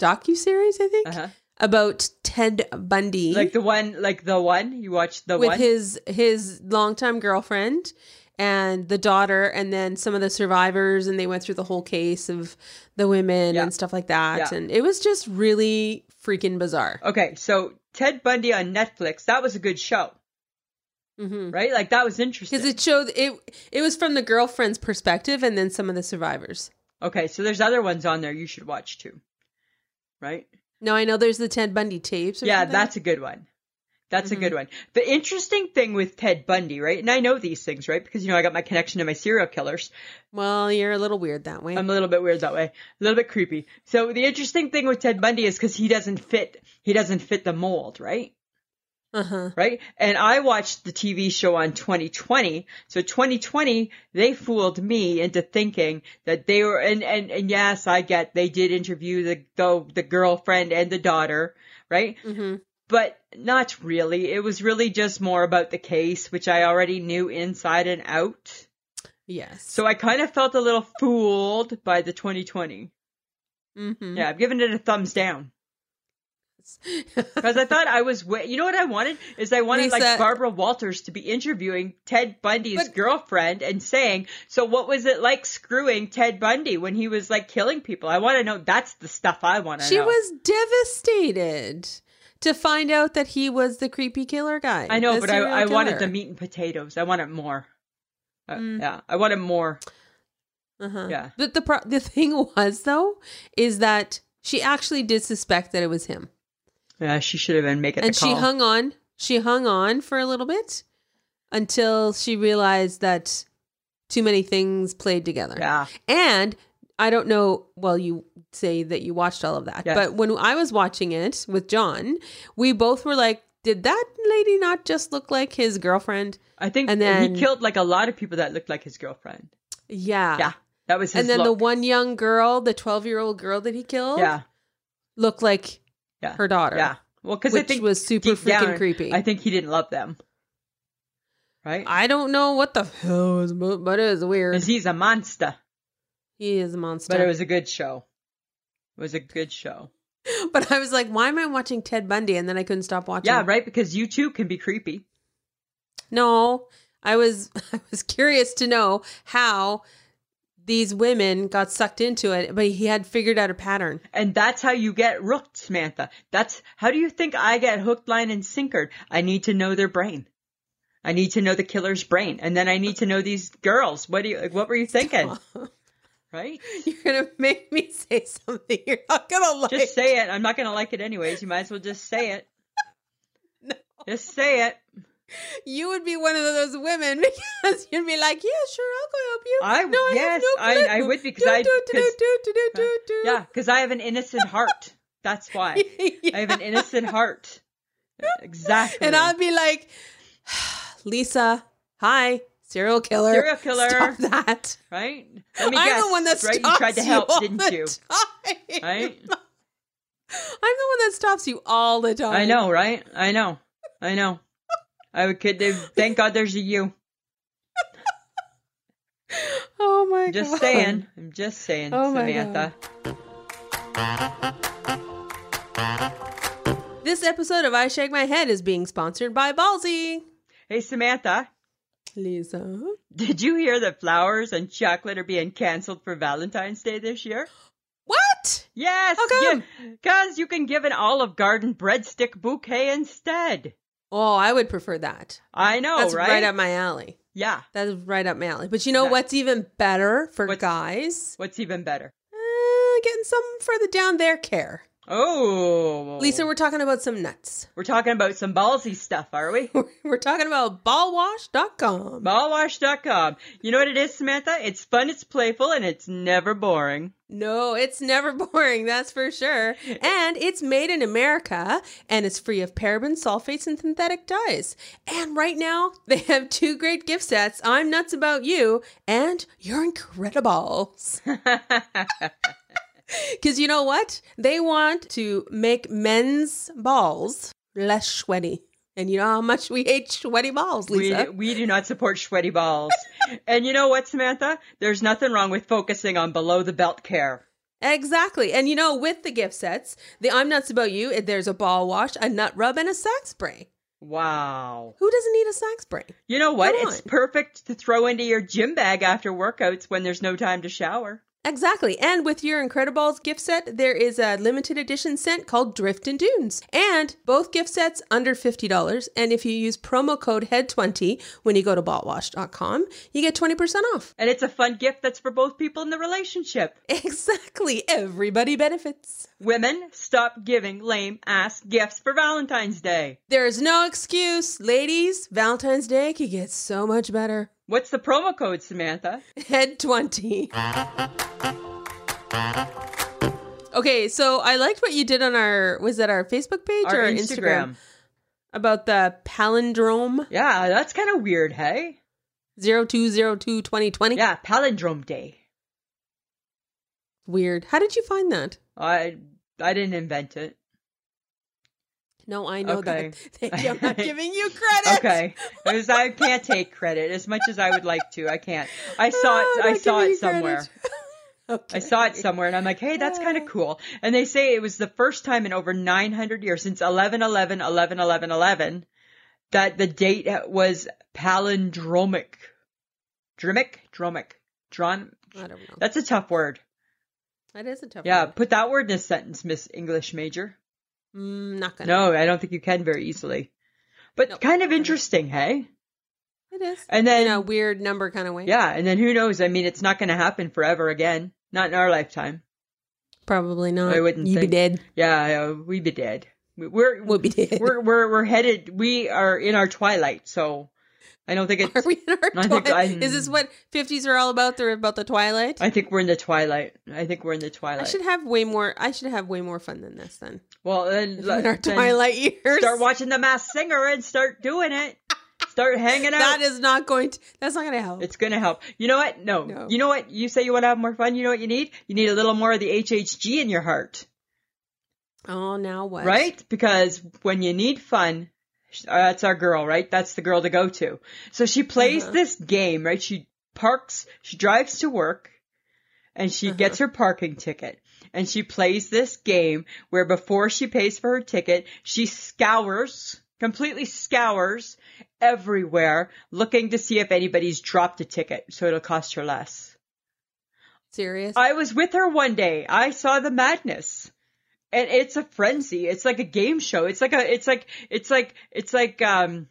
S1: docu series. I think
S2: uh-huh.
S1: about Ted Bundy,
S2: like the one, like the one you watched the
S1: with
S2: one.
S1: his his longtime girlfriend and the daughter, and then some of the survivors, and they went through the whole case of the women
S2: Yeah.
S1: and stuff like that.
S2: Yeah.
S1: And it was just really freaking bizarre.
S2: okay, so Ted Bundy on Netflix. That was a good show,
S1: Mm-hmm.
S2: right? Like that was interesting.
S1: Because it showed it it was from the girlfriend's perspective and then some of the survivors.
S2: okay, so there's other ones on there you should watch too, right?
S1: No, I know there's the Ted Bundy tapes. Or
S2: yeah,
S1: something.
S2: that's a good one. That's
S1: Mhm.
S2: a good one. The interesting thing with Ted Bundy, right? And I know these things, right? Because you know I got my connection to my serial killers.
S1: Mm-hmm. well, you're a little weird that way.
S2: I'm a little bit weird that way, a little bit creepy. So the interesting thing with Ted Bundy is because he doesn't fit, he doesn't fit the mold, right?
S1: Uh huh.
S2: right? And I watched the TV show on 2020. So 2020, they fooled me into thinking that they were, and, and, and yes, I get they did interview the, the, the girlfriend and the daughter, right?
S1: Mm-hmm.
S2: But not really. It was really just more about the case, which I already knew inside and out.
S1: Yes.
S2: So I kind of felt a little fooled by the 2020.
S1: mm-hmm. [LAUGHS]
S2: Yeah, I've given it a thumbs down. Because I thought I was, wa- you know what I wanted is I wanted
S1: Lisa-
S2: like Barbara Walters to be interviewing Ted Bundy's
S1: But-
S2: girlfriend and saying, "So what was it like screwing Ted Bundy when he was like killing people?" I want to know. That's the stuff I want to
S1: she
S2: know.
S1: was devastated to find out that he was the creepy killer guy.
S2: I know,
S1: the
S2: but I,
S1: serial
S2: I wanted the
S1: killer.
S2: meat and potatoes. I wanted more. Uh,
S1: Mm.
S2: Yeah, I wanted more.
S1: Uh-huh.
S2: Yeah.
S1: But the pro- [LAUGHS] the thing was though is that she actually did suspect that it was him,
S2: Yeah, she should have been making
S1: and
S2: the
S1: she
S2: call.
S1: hung on. She hung on for a little bit until she realized that too many things played together.
S2: yeah,
S1: And I don't know, well, you say that you watched all of that,
S2: Yes.
S1: but when I was watching it with John, we both were like, did that lady not just look like his girlfriend?
S2: I think
S1: And then-
S2: he killed like a lot of people that looked like his girlfriend.
S1: Yeah.
S2: Yeah, that was his.
S1: and then
S2: look.
S1: the one young girl, the 12 year old girl that he killed,
S2: yeah,
S1: looked like
S2: Yeah.
S1: her daughter.
S2: yeah. Well, because I
S1: Which
S2: think
S1: was super
S2: deep
S1: freaking
S2: down,
S1: creepy.
S2: I
S1: I,
S2: think he didn't love them. Right?
S1: don't know what the hell is, mo- but it was weird.
S2: 'Cause he's a monster.
S1: he is a monster.
S2: But it was a good show. It was a good show.
S1: [LAUGHS] But I was like, why am I watching Ted Bundy? And then I couldn't stop watching.
S2: Yeah, right? Because you too can be creepy.
S1: No, I was [LAUGHS] I was curious to know how these women got sucked into it, but he had figured out a pattern.
S2: And that's how you get rooked, Samantha. That's how do you think I get hooked, line, and sinkered? I need to know their brain. I need to know the killer's brain. And then I need to know these girls. What do you like, what were
S1: [LAUGHS]
S2: you thinking? Right?
S1: You're gonna make me say something you're not gonna like.
S2: Just say it. I'm not gonna like it anyways. You might as well just say it.
S1: [LAUGHS] No.
S2: Just say it.
S1: you would be one of those women [LAUGHS] because you'd be like, "Yeah, sure, I'll go help you."
S2: I-
S1: no, I
S2: yes, I-
S1: have no clue.
S2: I would because
S1: do,
S2: I-
S1: do, do,
S2: because-
S1: do, do, do, do, do.
S2: Yeah, because I have an innocent heart. That's why.
S1: [LAUGHS]
S2: I have an innocent heart. Exactly.
S1: and I'd be like, [SIGHS] "Lisa, hi, serial killer,
S2: Serial killer.
S1: Stop that."
S2: right? Let me
S1: I'm
S2: guess.
S1: the one that stops
S2: right? You tried to help,
S1: all
S2: didn't
S1: the
S2: you?
S1: time.
S2: Right?
S1: [LAUGHS] I'm the one that stops you all the time.
S2: I know, right? I know. I know. I would kid. Thank God there's a you.
S1: Oh my
S2: I'm
S1: god.
S2: just saying. I'm just saying,
S1: Oh my
S2: Samantha.
S1: This episode of I Shake My Head is being sponsored by Ballsy.
S2: Hey, Samantha,
S1: Lisa.
S2: did you hear that flowers and chocolate are being canceled for Valentine's Day this year?
S1: What?
S2: Yes,
S1: How come?
S2: because you can give an Olive Garden breadstick bouquet instead.
S1: Oh, I would prefer that.
S2: I know,
S1: That's
S2: Oh, right?
S1: right? up my alley.
S2: yeah.
S1: That's right up my alley. But you know
S2: That-
S1: what's even better for
S2: What's-
S1: guys?
S2: What's even better?
S1: Uh, getting some further down their care.
S2: Oh,
S1: Lisa, we're talking about some nuts. [LAUGHS]
S2: we're talking about some ballsy stuff, are we?
S1: We're talking about ballwash.com.
S2: Ballwash.com. You know what it is, Samantha? It's fun, it's playful, and it's
S1: [LAUGHS]
S2: never boring.
S1: No, it's never [LAUGHS] boring, that's for sure. And it's made in America and it's free of parabens, sulfates, and synthetic dyes. And right now, [LAUGHS] they have two great gift sets I'm Nuts About You and You're Incredibles. [LAUGHS] Because you know what? They want to make men's balls less sweaty. And you know how much we hate sweaty balls,
S2: we,
S1: Lisa.
S2: we do not support
S1: [LAUGHS]
S2: sweaty balls. and you know what, Samantha? There's nothing wrong with focusing on below the belt care.
S1: Exactly. And you know, with the gift sets, the I'm Nuts About You, there's a ball wash, a nut rub, and a sack spray.
S2: Wow.
S1: Who doesn't need a sack spray?
S2: You know what?
S1: Come
S2: It's
S1: on.
S2: perfect to throw into your gym bag after workouts when there's no time to shower.
S1: Exactly. And with your Incredibles gift set, there is a limited edition scent called Drift and Dunes. And both gift sets under $50. And if you use promo code HEAD20 when you go to ballwash.com, you get 20% off. [LAUGHS]
S2: And it's a fun gift that's for both people in the relationship.
S1: Exactly. Everybody benefits.
S2: Women, stop giving lame ass gifts for Valentine's Day.
S1: There is no excuse. Ladies, Valentine's Day could get so much better.
S2: What's the promo code, Samantha?
S1: Head 20. Okay, so I liked what you did on our was that our Facebook page or
S2: Our
S1: Instagram about the palindrome
S2: Yeah, that's kind of weird, hey?
S1: 0202 2020.
S2: Yeah, palindrome day.
S1: Weird. How did you find that?
S2: I I didn't invent it.
S1: No, I know
S2: Okay.
S1: that. [LAUGHS] Thank you. I'm
S2: [LAUGHS]
S1: not giving you credit.
S2: Okay, it was, I can't take credit as much as I would like to. I can't. I saw
S1: Ah,
S2: it. I
S1: not
S2: saw
S1: giving
S2: it
S1: you
S2: somewhere.
S1: credit. [LAUGHS] okay.
S2: I saw it somewhere, and I'm like, hey, that's kind of cool. And they say it was the first time in over 900 years since 11 11 11 11 11 that the date was palindromic. Dromic, dromic, dron.
S1: I don't know.
S2: That's a tough word.
S1: That is a tough
S2: Yeah,
S1: one.
S2: put that word in a sentence, Miss English major.
S1: Mm, not gonna.
S2: No, I don't think you can very easily. But
S1: Nope.
S2: kind of interesting, hey?
S1: It is.
S2: And then,
S1: In a weird number kind of way.
S2: yeah, and then who knows? I mean, it's not going to happen forever again. Not in our lifetime.
S1: Probably not.
S2: I wouldn't
S1: You'd
S2: think-
S1: be dead.
S2: Yeah, uh, we'd be dead. We- We're
S1: We'll be dead.
S2: [LAUGHS] we're we're we're headed. We are in our twilight, so I don't think it's.
S1: Are we in our
S2: I think
S1: twilight?
S2: I'm-
S1: Is this what 50s are all about? They're about the twilight?
S2: I think we're in the twilight. I think we're in the twilight.
S1: I should have way more. I should have way more fun than this. Then
S2: well, then,
S1: in our
S2: then
S1: twilight years,
S2: Start watching The Masked Singer and start doing it. Start hanging
S1: [LAUGHS]
S2: out.
S1: that is not going. to That's not going to help.
S2: It's gonna help. You know what? No.
S1: No.
S2: You know what? You say you want to have more fun. You know what you need? You need a little more of the HHG in your heart,
S1: Oh, now what?
S2: right? Because when you need fun, sh- uh, that's our girl, right? That's the girl to go to. So she plays
S1: Uh-huh.
S2: this game, right? She parks, she drives to work, and
S1: Uh-huh.
S2: she gets her parking ticket. And she plays this game where before she pays for her ticket, she scours, completely scours everywhere looking to see if anybody's dropped a ticket so it'll cost her less.
S1: Serious.
S2: I was with her one day. I saw the madness. And it's a frenzy. It's like a game show. It's like a it's like it's like it's like um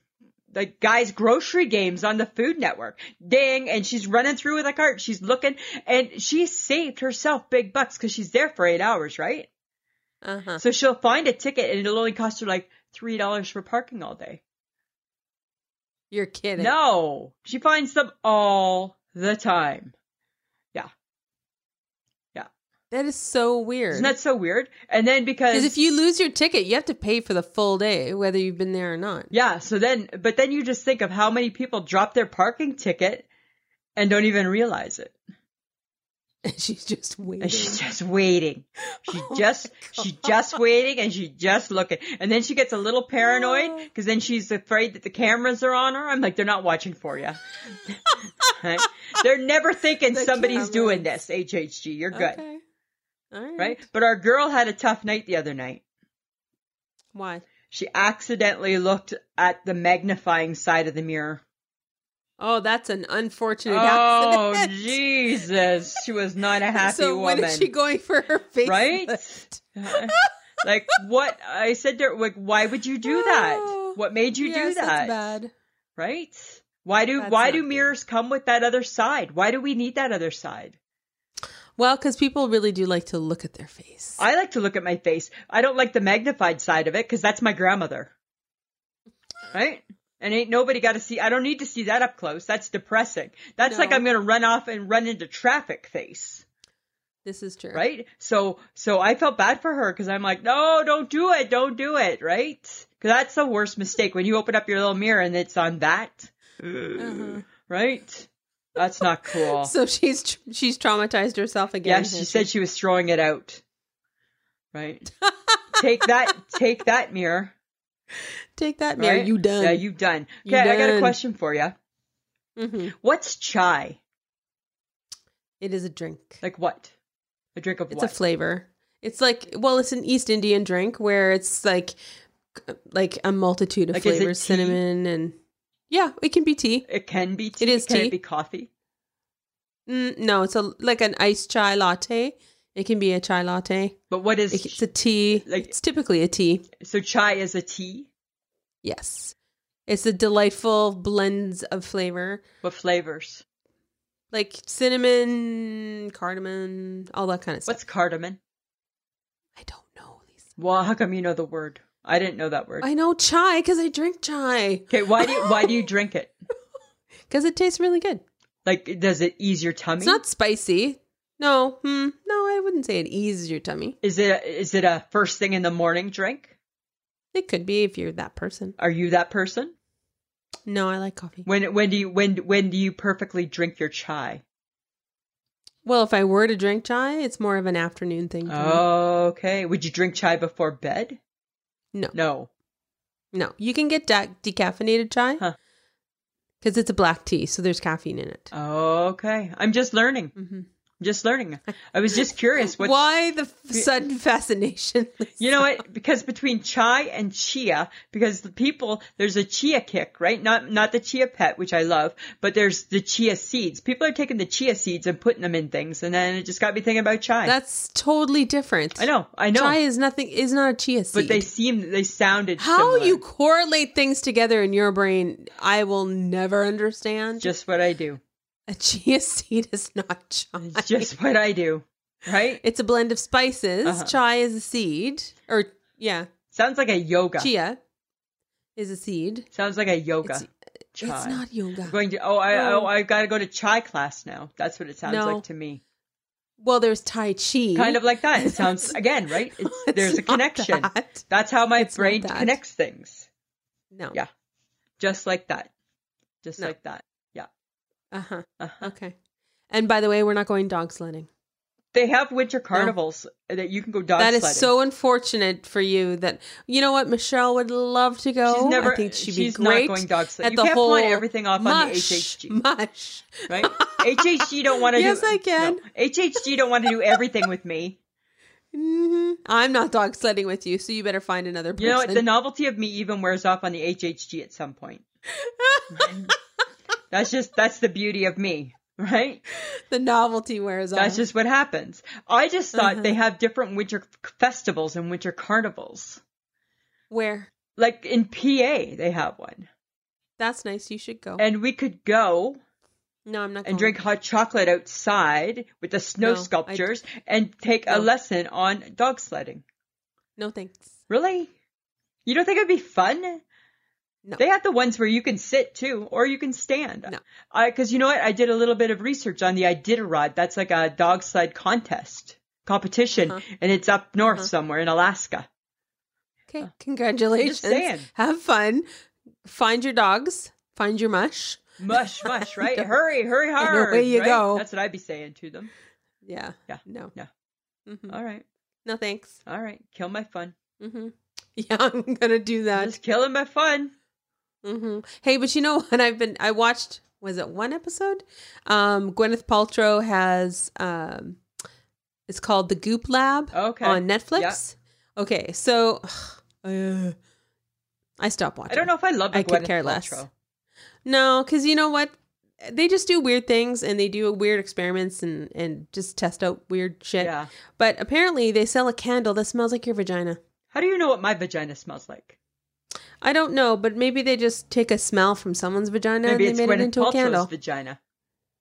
S2: like guys grocery games on the food network. Dang, and she's running through with a cart. She's looking and she saved herself big bucks cuz she's there for 8 hours, right?
S1: Uh huh.
S2: So she'll find a ticket and it'll only cost her like $3 for parking all day.
S1: You're kidding.
S2: No, she finds them all the time.
S1: That is so weird.
S2: Isn't that so weird? And then because
S1: Because if you lose your ticket, you have to pay for the full day, whether you've been there or not.
S2: Yeah, so then, but then you just think of how many people drop their parking ticket and don't even realize it.
S1: And [LAUGHS] she's just waiting.
S2: And
S1: [LAUGHS]
S2: she's just waiting. She
S1: Mm-hmm. Oh
S2: just,
S1: my
S2: she just waiting and she just looking. And then she gets a little paranoid
S1: Oh.
S2: because then she's afraid that the cameras are on her. I'm like, they're not watching for you. [LAUGHS] They're never
S1: [LAUGHS]
S2: thinking
S1: The
S2: somebody's doing
S1: cameras.
S2: this, HHG. You're good.
S1: Okay. All right.
S2: Right? But our girl had a tough night the other night.
S1: Why?
S2: She accidentally looked at the magnifying side of the mirror.
S1: Oh, that's an unfortunate
S2: Oh,
S1: [LAUGHS] accident.
S2: Jesus. She was not a happy
S1: so
S2: woman.
S1: when is she going for her face?
S2: Right?
S1: [LAUGHS]
S2: like, what? I said to her, like, why would you
S1: Oh,
S2: do that? What made you do
S1: yes, That's
S2: that?
S1: bad.
S2: Right? Why do
S1: That's
S2: why
S1: not
S2: do
S1: good.
S2: mirrors come with that other side? Why do we need that other side?
S1: Well, because people really do like to look at their face.
S2: I like to look at my face. I don't like the magnified side of it because that's my grandmother. Right? And ain't nobody got to see. I don't need to see that up close. That's depressing. That's like
S1: No.
S2: I'm going to run off and run into traffic face.
S1: this is true.
S2: Right? So, so I felt bad for her because I'm like, no, don't do it. Don't do it. Right? Because that's the worst mistake when you open up your little mirror and it's on that.
S1: Uh-huh.
S2: Right? That's not cool.
S1: So she's tr- she's traumatized herself again.
S2: Yes, she
S1: hasn't
S2: said she was throwing it out. Right.
S1: [LAUGHS]
S2: take that. Take that mirror.
S1: "Take that mirror,
S2: right?
S1: you done."
S2: Yeah, you done.
S1: You
S2: Okay, I got a
S1: done.
S2: question for you.
S1: Mhm.
S2: What's chai?
S1: It is a drink.
S2: Like what? A drink of
S1: it's
S2: what?
S1: a flavor. It's like well, it's an East Indian drink where it's like like a multitude of
S2: Like, is it
S1: flavors,
S2: tea?
S1: cinnamon and yeah, it can be tea.
S2: it can be tea.
S1: It is
S2: can
S1: tea.
S2: it be coffee?
S1: Mm, no, it's a like an iced chai latte. It can be a chai latte.
S2: But what is
S1: It- It's a tea.
S2: Like-
S1: it's typically a tea.
S2: so chai is a tea?
S1: Yes, it's a delightful blends of flavor
S2: What flavors?
S1: like cinnamon, cardamom, all that kind of stuff.
S2: What's cardamom?
S1: I don't know these.
S2: Well, how come you know the word? I didn't know that word.
S1: I know chai because I drink chai
S2: Okay, why do you, why
S1: [LAUGHS]
S2: do you drink it?
S1: because it tastes really good.
S2: Like, does it ease your tummy?
S1: It's not spicy. No, hmm, no, I wouldn't say it eases your tummy.
S2: is it a, is it a first thing in the morning drink?
S1: It could be if you're that person.
S2: Are you that person?
S1: No, I like coffee.
S2: When when do you when when do you perfectly drink your chai?
S1: Well, if I were to drink chai, it's more of an afternoon thing. for me.
S2: Okay. Would you drink chai before bed?
S1: No.
S2: No.
S1: No, you can get de- decaffeinated chai
S2: Huh.
S1: because it's a black tea, so there's caffeine in it.
S2: Okay. I'm just learning.
S1: Mhm. [LAUGHS]
S2: Just learning. I was just curious what
S1: Why the f- sudden [LAUGHS] fascination?
S2: You know what? Because between chai and chia, because the people, there's a chia kick, right? Not, not the chia pet, which I love, but there's the chia seeds. People are taking the chia seeds and putting them in things. And then it just got me thinking about chai.
S1: That's totally different.
S2: I know. I know.
S1: Chai is nothing. Is not a chia seed.
S2: but they seemed, they sounded
S1: How
S2: similar.
S1: you correlate things together in your brain, I will never understand.
S2: Just what I do.
S1: a chia seed is not chai.
S2: It's just what I do. Right?
S1: It's a blend of spices.
S2: Uh-huh.
S1: Chai is a seed, or yeah,
S2: Sounds like a yoga.
S1: chia is a seed.
S2: Sounds like a yoga.
S1: It's-
S2: chai.
S1: It's not yoga.
S2: I'm going to oh I
S1: No.
S2: oh I gotta go to chai class now. That's what it sounds
S1: No.
S2: like to me.
S1: well, there's tai chi. [LAUGHS]
S2: Kind of like that. It sounds again right. It's,
S1: It's
S2: there's a
S1: not
S2: connection.
S1: that.
S2: That's how my
S1: It's not
S2: brain
S1: that.
S2: connects things,
S1: No.
S2: Yeah. just like that, just
S1: No.
S2: like that. Yeah.
S1: Uh huh.
S2: Uh-huh.
S1: Okay. And by the way, we're not going dog sledding.
S2: They have winter carnivals that you can go dog
S1: That is
S2: sledding.
S1: so unfortunate for you. That you know what Michelle would love to go.
S2: She's never.
S1: I think she'd
S2: she's
S1: be great
S2: not going dog sledding.
S1: at
S2: You
S1: the
S2: can't
S1: whole
S2: plan everything off on the
S1: mush,
S2: HHG,
S1: mush. [LAUGHS]
S2: right? HHG don't want to.
S1: Yes,
S2: do,
S1: I can.
S2: no. HHG don't want to do everything with
S1: [LAUGHS]
S2: me.
S1: hmm I'm not dog sledding with you, so you better find another person.
S2: You know what? The novelty of me even wears off on the HHG at
S1: [LAUGHS]
S2: some point. that's just that's the beauty of me, right?
S1: The novelty wears off.
S2: That's just what happens. I just thought they
S1: Uh-huh.
S2: have different winter c- festivals and winter carnivals.
S1: where
S2: Like in PA, they have one,
S1: that's nice. You should go.
S2: and we could go
S1: no, I'm not.
S2: and
S1: going.
S2: drink hot chocolate outside with the snow
S1: No, I-
S2: sculptures and take a
S1: No.
S2: lesson on dog sledding.
S1: No thanks.
S2: Really? You don't think it'd be fun?
S1: No.
S2: They have the ones where you can sit too, or you can stand.
S1: No.
S2: Because you know what? I did a little bit of research on the Iditarod. That's like a dog sled contest competition,
S1: Uh-huh.
S2: and it's up north
S1: Uh-huh.
S2: somewhere in Alaska.
S1: Okay, congratulations.
S2: Uh, saying.
S1: Have fun. Find your dogs. Find your mush.
S2: Mush,
S1: [LAUGHS]
S2: mush, right? hurry, hurry, hard.
S1: away you
S2: right?
S1: go.
S2: That's what I'd be saying to them.
S1: Yeah.
S2: Yeah.
S1: No.
S2: Yeah.
S1: Mhm.
S2: All right,
S1: No thanks.
S2: all right. Kill my fun.
S1: hmm [LAUGHS] Yeah, I'm gonna do that.
S2: Just killing my fun.
S1: hmm Hey, but you know [LAUGHS] what? I've been. I watched. Was it one episode? Um, Gwyneth Paltrow has. Um, it's called the Goop Lab.
S2: Okay.
S1: on Netflix. Okay, so [SIGHS] ugh, Uh, I stopped watching.
S2: I don't know if I love. The
S1: I could
S2: Gwyneth
S1: care less.
S2: Paltrow.
S1: No, because you know what? They just do weird things and they do weird experiments and, and just test out weird shit.
S2: Yeah.
S1: But apparently, they sell a candle that smells like your vagina.
S2: How do you know what my vagina smells like?
S1: I don't know, but maybe they just take a smell from someone's vagina
S2: Maybe
S1: and
S2: it's
S1: they made
S2: Gwyneth
S1: it into a
S2: Paltrow's
S1: candle.
S2: vagina.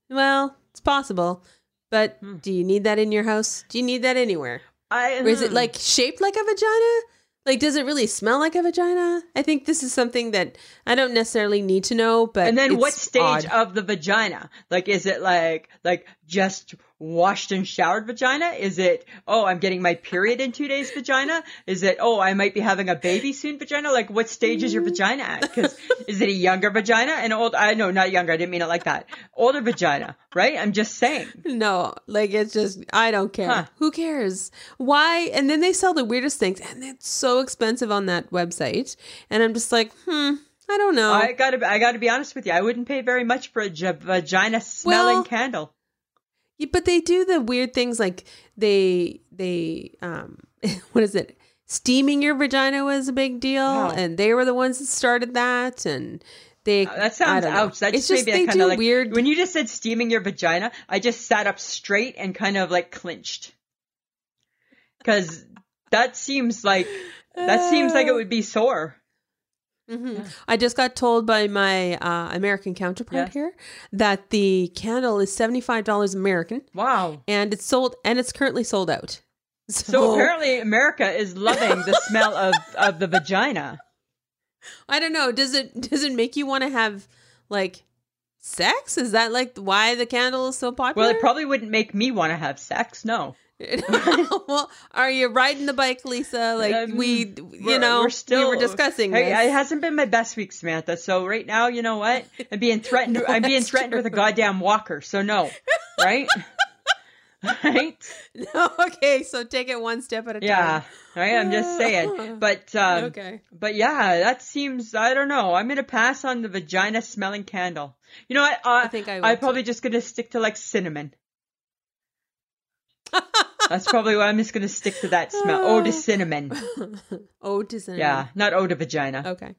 S1: well, it's possible. But
S2: Hmm.
S1: do you need that in your house? Do you need that anywhere?
S2: I,
S1: Or is it
S2: hmm.
S1: like shaped like a vagina? Like, does it really smell like a vagina? I think this is something that I don't necessarily need to know, but.
S2: And then what
S1: it's
S2: stage
S1: odd.
S2: of the vagina? Like, is it like, like just washed and showered vagina? Is it, oh, I'm getting my period in two days vagina? Is it, oh, I might be having a baby soon vagina? Like, what stage
S1: Mm.
S2: is your vagina at? Cause is it a younger vagina? An old, I know, not younger. I didn't mean it like that. Older vagina, right? I'm just saying.
S1: No, like it's just I don't care.
S2: Huh.
S1: Who cares? Why? And then they sell the weirdest things, and it's so expensive on that website. And I'm just like, hmm, I don't know.
S2: I gotta, I gotta be honest with you. I wouldn't pay very much for a j- vagina smelling
S1: Well-
S2: candle.
S1: Yeah, but they do the weird things like they they um [LAUGHS] what is it? Steaming your vagina was a big deal,
S2: Wow.
S1: and they were the ones that started that, and they
S2: Uh, That
S1: I
S2: sounds
S1: don't know.
S2: ouch. That
S1: it's just
S2: just made me
S1: they
S2: kind of
S1: do
S2: like
S1: weird.
S2: When you just said steaming your vagina, I just sat up straight and kind of like clinched because that seems like that seems like it would
S1: Uh.
S2: be sore.
S1: Mhm. I just got told by my uh, American counterpart
S2: Yes.
S1: here that the candle is seventy five dollars American.
S2: Wow.
S1: and it's sold and it's currently sold out. [LAUGHS] So,
S2: So apparently, America is loving the smell of of the vagina.
S1: I don't know. Does it [LAUGHS] does it make you want to have like sex? Is that like why the candle is so popular?
S2: Well,
S1: [LAUGHS]
S2: it probably wouldn't make me want to have sex. No,
S1: [LAUGHS] well, are you riding the bike, Lisa? Like
S2: Um,
S1: we,
S2: We're-
S1: you know,
S2: we're still
S1: we were discussing
S2: Hey,
S1: this.
S2: it hasn't been my best week, Samantha. So right now, you know what? I'm being threatened.
S1: [LAUGHS] No,
S2: I'm being
S1: that's
S2: threatened with a
S1: true.
S2: goddamn walker. So no,
S1: [LAUGHS]
S2: right? right?
S1: no, okay, so take it one step at a
S2: Yeah,
S1: time.
S2: right. I'm just saying, but um,
S1: okay.
S2: but yeah, that seems. I don't know. I'm gonna pass on the vagina smelling candle. You know what? Uh, I
S1: think I will,
S2: I'm probably just gonna stick to like cinnamon. That's probably what I'm just gonna stick to that smell.
S1: [LAUGHS]
S2: Oh, to cinnamon.
S1: [LAUGHS] oh, doesn't
S2: Yeah, not oh to vagina.
S1: Okay.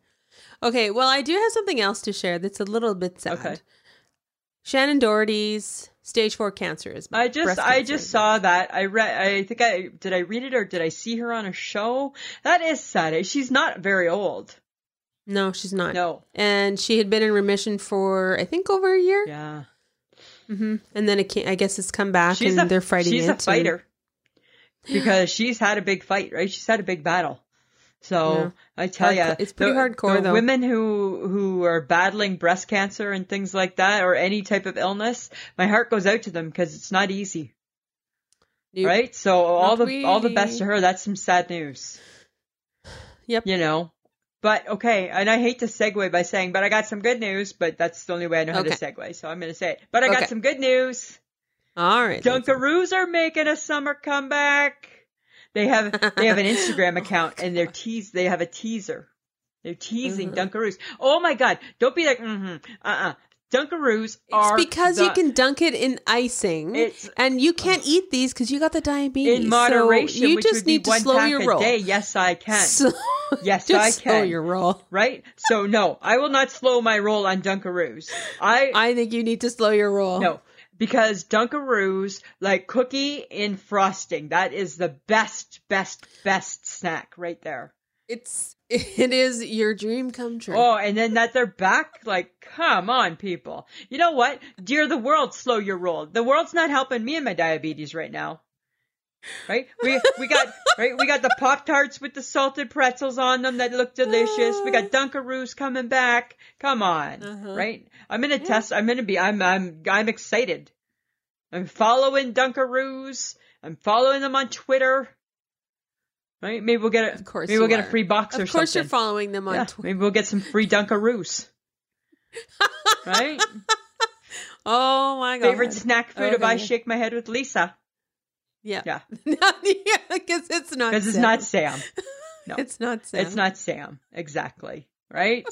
S1: Okay. Well, I do have something else to share that's a little bit sad.
S2: Okay.
S1: Shannon Doherty's stage four cancer is.
S2: I just
S1: breast
S2: I
S1: cancer
S2: just
S1: is-
S2: saw that. I read I think I did I read it or did I see her on a show? That is sad. She's not very old.
S1: No, she's not.
S2: No.
S1: And she had been in remission for I think over a year.
S2: Yeah.
S1: hmm And then it can I guess it's come back,
S2: She's
S1: and
S2: a
S1: they're fighting
S2: She's
S1: it.
S2: a fighter.
S1: [GASPS]
S2: Because she's had a big fight, right? She's had a big battle. So
S1: Yeah.
S2: I tell
S1: Hardco-
S2: you,
S1: it's pretty hardcore,
S2: The
S1: though.
S2: women who who are battling breast cancer and things like that, or any type of illness, my heart goes out to them because it's not easy,
S1: Nope.
S2: right? So all the
S1: Not
S2: all the best to
S1: really.
S2: her. That's some sad news.
S1: Yep.
S2: You know, but okay. And I hate to segue by saying, but I got some good news. But that's the only way I know how to
S1: Okay.
S2: segue. So I'm going to say it. But I got
S1: Okay.
S2: some good news.
S1: All right.
S2: Dunkaroos are making a summer comeback. They have they have an
S1: [LAUGHS]
S2: Instagram
S1: Oh,
S2: account and they're tease they have a teaser. They're
S1: Mm-hmm.
S2: teasing Dunkaroos. Oh my god! Don't be like mm-hmm, uh-uh. Dunkaroos
S1: It's
S2: are
S1: because you
S2: the-
S1: can dunk it in icing,
S2: It's-
S1: and you can't eat these because you got the diabetes.
S2: in
S1: So
S2: moderation.
S1: you
S2: which
S1: just
S2: would
S1: need
S2: be
S1: to
S2: one
S1: slow
S2: pack
S1: your
S2: a
S1: roll.
S2: Day. Yes, I can.
S1: So,
S2: [LAUGHS]
S1: [LAUGHS]
S2: Yes,
S1: just
S2: I
S1: slow
S2: can.
S1: your roll.
S2: right? So no, I will not slow my roll on Dunkaroos. I
S1: I think you need to slow your roll.
S2: No, because Dunkaroos, like cookie in frosting, that is the best, best, best snack right there.
S1: It's [LAUGHS] it is your dream come true.
S2: Oh, and then that they're back, like, come on, people. You know what? Dear the world, slow your roll. The world's not helping me and my diabetes right now. Right? We we got [LAUGHS] right, we got the Pop Tarts with the salted pretzels on them that look delicious.
S1: [LAUGHS]
S2: We got Dunkaroos coming back. Come on.
S1: Uh-huh.
S2: Right? I'm gonna test I'm gonna be I'm I'm I'm excited. I'm following Dunkaroos. I'm following them on Twitter. Right? Maybe we'll get a
S1: Of course
S2: maybe we'll
S1: you
S2: get a
S1: are.
S2: free box or
S1: of course,
S2: something.
S1: you're following them on
S2: Yeah,
S1: Twitter.
S2: maybe we'll get some free
S1: [LAUGHS]
S2: Dunkaroos. right?
S1: Oh my god!
S2: Favorite snack food of I
S1: Okay.
S2: Shake My Head with Lisa.
S1: Yeah, [LAUGHS]
S2: Yeah.
S1: because it's not.
S2: Because it's
S1: Sam.
S2: not Sam. no.
S1: It's not. [LAUGHS] Sam.
S2: It's not Sam. Exactly.
S1: [LAUGHS]
S2: Right?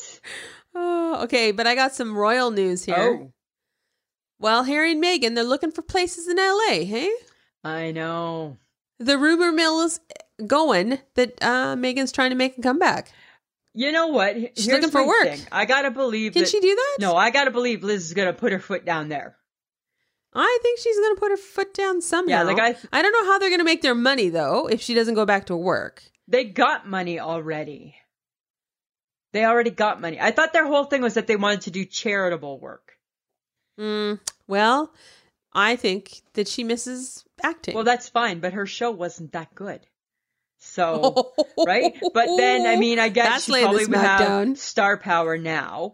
S1: Oh, okay, but I got some royal news here.
S2: Oh,
S1: Well, Harry and Meghan, they're looking for places in L.A. Hey,
S2: I know.
S1: the rumor mill is going that uh, Megan's trying to make a comeback.
S2: You know what?
S1: She's looking for
S2: my
S1: work.
S2: thing. I gotta believe
S1: Can
S2: that.
S1: she do that?
S2: no, I gotta believe Liz is gonna put her foot down there.
S1: I think she's gonna put her foot down somehow.
S2: Yeah, like I,
S1: I don't know how they're gonna make their money though if she doesn't go back to work.
S2: they got money already. They already got money. I thought their whole thing was that they wanted to do charitable work.
S1: Mm, well, I think that she misses acting.
S2: Well, that's fine, but her show wasn't that
S1: [LAUGHS]
S2: good.
S1: Oh,
S2: So, oh, right? But then, I mean, I guess
S1: That's
S2: she
S1: laying the
S2: probably would
S1: smack
S2: have
S1: down.
S2: star power now.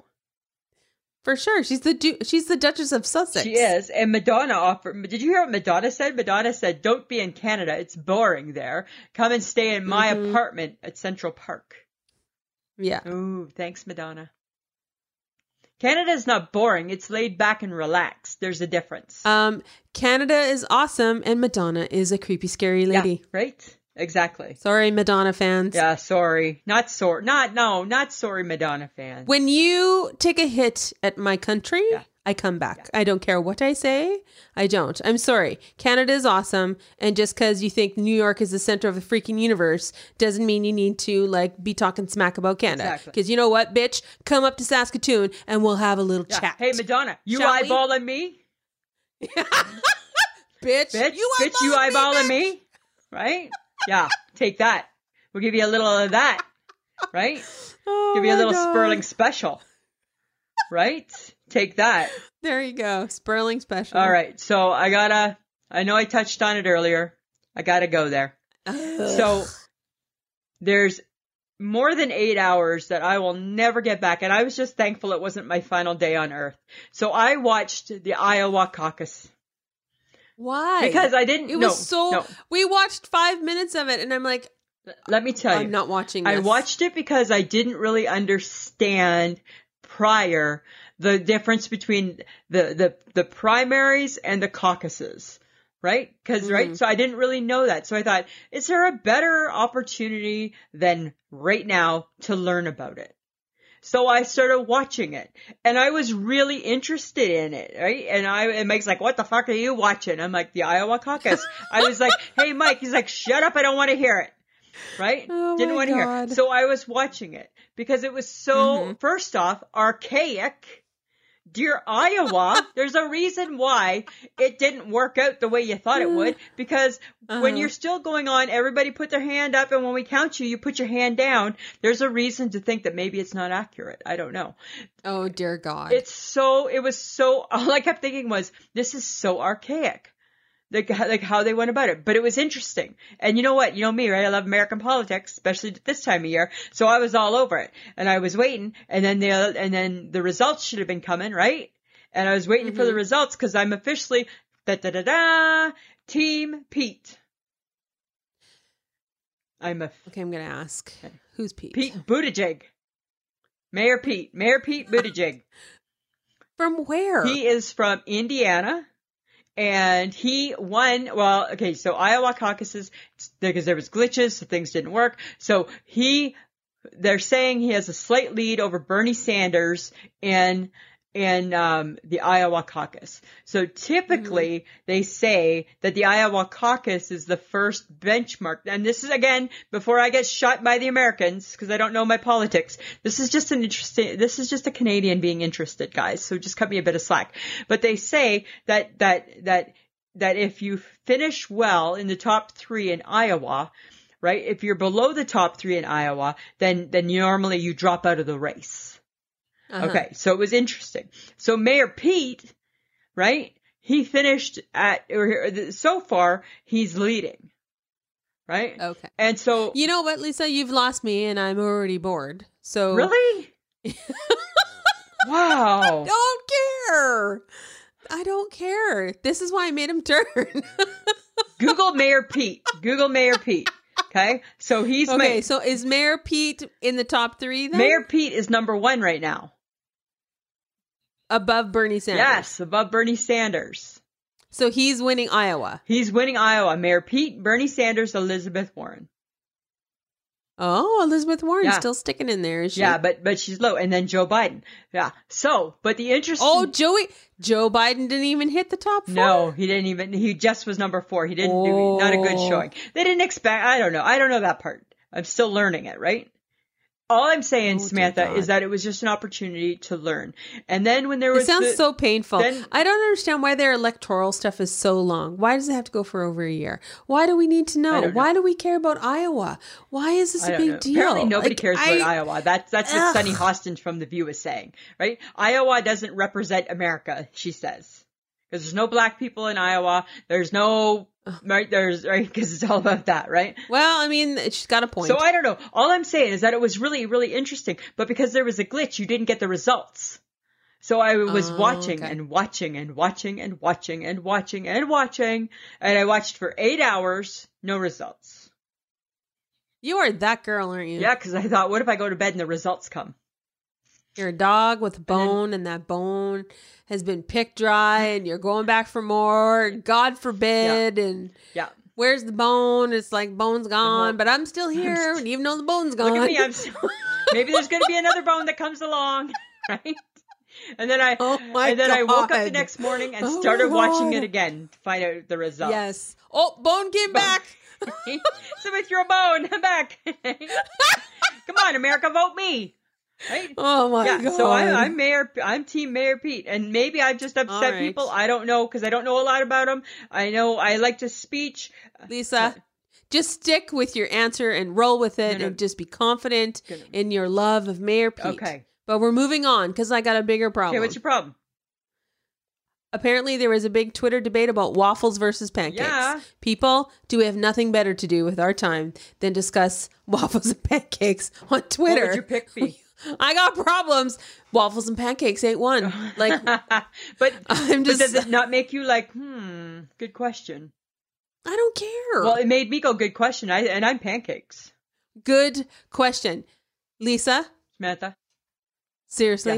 S1: for sure, she's the du- she's the Duchess of Sussex.
S2: She is. And Madonna offered, did you hear what Madonna said? Madonna said, don't be in Canada. It's boring there. Come and stay in my
S1: Mhm.
S2: apartment at Central Park.
S1: Yeah.
S2: Ooh, thanks, Madonna. Canada's not boring. It's laid back and relaxed. There's a difference.
S1: Um, Canada is awesome, and Madonna is a creepy, scary
S2: Yeah,
S1: lady.
S2: right? Exactly.
S1: Sorry, Madonna fans.
S2: Yeah, sorry. Not sorry. Not, no, not sorry, Madonna fan.
S1: When you take a hit at my country,
S2: Yeah.
S1: I come back. I don't care what I say. I don't. I'm sorry. Canada is awesome, and just because you think New York is the center of the freaking universe doesn't mean you need to like be talking smack about Canada. Because
S2: Exactly.
S1: you know what, bitch, come up to Saskatoon and we'll have a little
S2: Yeah.
S1: chat.
S2: Hey, Madonna, you
S1: Shall we?
S2: eyeballing me?
S1: bitch,
S2: Bitch,
S1: you
S2: bitch, you eyeballing me? Right? Yeah, take that. We'll give you a little of that.
S1: [LAUGHS]
S2: Right?
S1: Oh
S2: give you a
S1: my
S2: little
S1: God.
S2: Sperling special. Right?
S1: [LAUGHS]
S2: Take that.
S1: There you go, Sperling special. [LAUGHS]
S2: All right. So I gotta, I know I touched on it earlier. I gotta go there.
S1: [SIGHS]
S2: So there's more than eight hours that I will never get back. And I was just thankful it wasn't my final day on earth. So I watched the Iowa caucus
S1: why?
S2: because I didn't
S1: It
S2: no,
S1: was so.
S2: no.
S1: We watched five minutes of it, and I'm like,
S2: Let me tell you.
S1: I'm not watching.
S2: I
S1: this.
S2: watched it because I didn't really understand prior the difference between the the, the primaries and the caucuses, right? Because
S1: Mm-hmm.
S2: right, so I didn't really know that. So I thought, is there a better opportunity than right now to learn about it? So I started watching it and I was really interested in it, right? And I, and Mike's like, what the fuck are you watching? I'm like, the Iowa caucus. I
S1: [LAUGHS]
S2: was like, hey, Mike, he's like, shut up. I don't want to hear it. Right?
S1: Oh
S2: Didn't
S1: my
S2: want to hear.
S1: God. Mm-hmm.
S2: So I was watching it because it was so, first off, archaic. Dear Iowa, there's a reason why it didn't work out the way you thought it would because when
S1: Uh-huh.
S2: you're still going on, everybody put their hand up and when we count you, you put your hand down. There's a reason to think that maybe it's not accurate. I don't know.
S1: Oh dear God!
S2: It's so, it was so, [LAUGHS] all I kept thinking was, this is so archaic. Like, h- like how they went about it, but it was interesting. And you know what? You know me, right? I love American politics, especially at this time of year. So I was all over it and I was waiting and then the, and then the results should have been coming, right? And I was waiting for the results because I'm officially da da da da team Pete. I'm a
S1: okay, I'm gonna ask. Who's Pete?
S2: Pete Buttigieg. Mayor Pete, Mayor Pete Buttigieg.
S1: From where?
S2: He is from Indiana. And he won, well, okay, so Iowa caucuses, because there was glitches, so things didn't work. So he, they're saying he has a slight lead over Bernie Sanders in, in, um, the Iowa caucus. So typically they say that the Iowa caucus is the first benchmark. And this is again, before I get shot by the Americans, because I don't know my politics. This is just an interesting, this is just a Canadian being interested, guys. So just cut me a bit of slack. But they say that, that, that, that if you finish well in the top three in Iowa, right? If you're below the top three in Iowa, then, then you normally you drop out of the race.
S1: Uh-huh.
S2: Okay. So it was interesting. So Mayor Pete, right? He finished at, or so far, he's leading, right?
S1: Okay.
S2: And so,
S1: Oh. You know what, Lisa? You've lost me, and I'm already bored. So [LAUGHS]
S2: really? wow.
S1: don't care. I don't care. This is why I made him [LAUGHS] turn.
S2: Google Mayor Pete. Google Mayor Pete. Okay. So he's
S1: okay,
S2: my,
S1: so is Mayor Pete in the top three then?
S2: Mayor Pete is number one right now.
S1: above Bernie Sanders.
S2: Yes, above Bernie Sanders.
S1: So he's winning Iowa.
S2: He's winning Iowa. Mayor Pete, Bernie Sanders, Elizabeth Warren.
S1: Oh, Elizabeth Warren's
S2: Yeah.
S1: still sticking in there, is she?
S2: Yeah, but but she's low, and then Joe Biden. Yeah. So, but the interesting.
S1: Oh, Joey. Joe Biden didn't even hit the top four.
S2: No, he didn't even. He just was number four. He didn't do not a good
S1: Oh.
S2: showing. They didn't expect. I don't know. I don't know that part. I'm still learning it. Right. All I'm saying,
S1: Oh, dear
S2: Samantha,
S1: God.
S2: is that it was just an opportunity to learn. And then when there
S1: It
S2: was
S1: sounds
S2: the-
S1: so painful.
S2: then-
S1: I don't understand why their electoral stuff is so long. Why does it have to go for over a year? Why do we need to know?
S2: don't know.
S1: Why do we care about Iowa? Why is this
S2: I
S1: a
S2: don't
S1: big
S2: know.
S1: deal?
S2: Apparently, nobody
S1: Like,
S2: cares
S1: I-
S2: about Iowa. That's that's what
S1: Ugh.
S2: Sunny Hostin from The View is saying, right? Iowa doesn't represent America, she says, because there's no black people in Iowa. There's no right. There's right because it's all about that, right?
S1: Well, I mean, she's got a point.
S2: So I don't know. All I'm saying is that it was really, really interesting, but because there was a glitch, you didn't get the results. So I was
S1: Oh,
S2: watching
S1: okay.
S2: and watching and watching and watching and watching and watching, and I watched for eight hours, no results.
S1: you are that girl, aren't you?
S2: Yeah, because I thought, what if I go to bed and the results come?
S1: You're a dog with a
S2: then-
S1: bone, and that bone has been picked dry, and you're going back for more. God forbid, and
S2: Yeah.
S1: where's the bone? It's like bone's gone, but I'm
S2: [LAUGHS]
S1: still here,
S2: st-
S1: and even though the bone's gone,
S2: Look at me.
S1: [LAUGHS]
S2: I'm so, maybe there's going to be another bone that comes along, [LAUGHS] right? And then I
S1: Oh my
S2: and then I woke up the
S1: God.
S2: next morning and
S1: Oh my
S2: started watching
S1: God.
S2: it again to find out the result. [LAUGHS]
S1: yes. Oh, bone came back.
S2: Somebody threw a bone. I'm back. [LAUGHS] Come on, America, vote me. Right?
S1: Oh my
S2: yeah.
S1: god.
S2: So I'm, I'm Mayor. I'm Team Mayor Pete, and maybe I've just upset
S1: right.
S2: people. I don't know because I don't know a lot about him. I know I like to speech.
S1: Lisa. Just stick with your answer and roll with it,
S2: No, no.
S1: and just be confident
S2: Gonna-
S1: in your love of Mayor Pete.
S2: Okay.
S1: But we're moving on because I got a bigger problem.
S2: Okay. What's your problem?
S1: Apparently, there was a big Twitter debate about waffles versus pancakes.
S2: Yeah.
S1: People, do we have nothing better to do with our time than discuss [LAUGHS] waffles and pancakes on
S2: What
S1: Twitter?
S2: would your
S1: [LAUGHS]
S2: pick be? [LAUGHS]
S1: I got problems. Waffles and pancakes ain't
S2: [LAUGHS]
S1: one. Like, [LAUGHS]
S2: but
S1: I'm
S2: but
S1: just,
S2: does it not make you like, hmm, good question?
S1: I don't care.
S2: Well, it made me go, good question. I and I'm pancakes,
S1: Good question. Lisa,
S2: Samantha.
S1: seriously?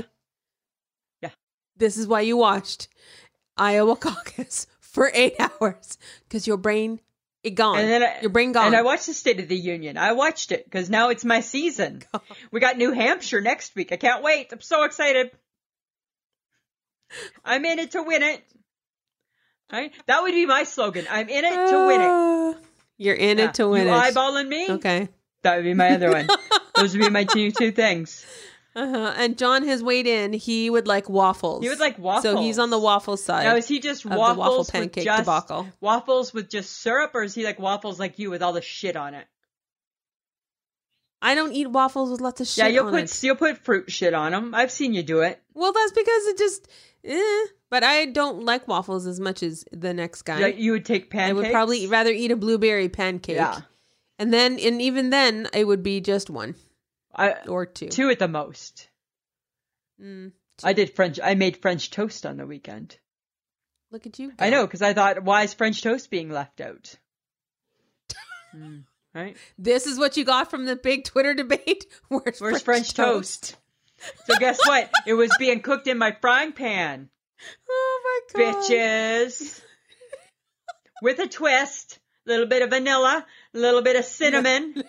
S2: Yeah. Yeah.
S1: This is why you watched Iowa [LAUGHS] caucus for eight hours because your brain, it gone.
S2: And then I,
S1: your brain gone.
S2: And I watched the State of the Union. I watched it because now it's
S1: [LAUGHS]
S2: my season. We got New Hampshire next week. I can't wait. I'm so excited. I'm in it to win it. Right? That would be my slogan. I'm in it to win it.
S1: Uh, You're in
S2: Yeah.
S1: it to win
S2: you
S1: it.
S2: eyeballing me?
S1: Okay.
S2: That would be my
S1: [LAUGHS]
S2: other one. Those would be my two two things.
S1: Uh-huh. And John has weighed in. He would like waffles.
S2: He would like
S1: So he's
S2: waffles.
S1: on the waffle side.
S2: Now is he just
S1: the
S2: waffles
S1: waffle pancake
S2: with just
S1: debacle.
S2: waffles with just syrup, or is he like waffles like you with all the shit on it?
S1: I don't eat waffles with lots of shit
S2: yeah, you'll
S1: on
S2: put
S1: it.
S2: you'll put fruit shit on them. I've seen you do it.
S1: Well, that's because it just, eh. But I don't like waffles as much as the next guy.
S2: Yeah, you would take
S1: I
S2: pancakes.
S1: would probably rather eat a blueberry pancake.
S2: Yeah.
S1: And then, and even then, it would be just one
S2: I,
S1: or two.
S2: two at the most.
S1: Mm,
S2: I did French. I made French toast on the weekend.
S1: look at you.
S2: I
S1: go.
S2: know because I thought, why is French toast being
S1: [LAUGHS]
S2: left out? Mm, right?
S1: This is what you got from the big Twitter debate. [LAUGHS] Where's,
S2: Where's French, toast? So guess what? It was being cooked in my frying pan,
S1: Oh my god. [LAUGHS]
S2: bitches. With a twist, a little bit of vanilla, a little bit
S1: [LAUGHS]
S2: of cinnamon.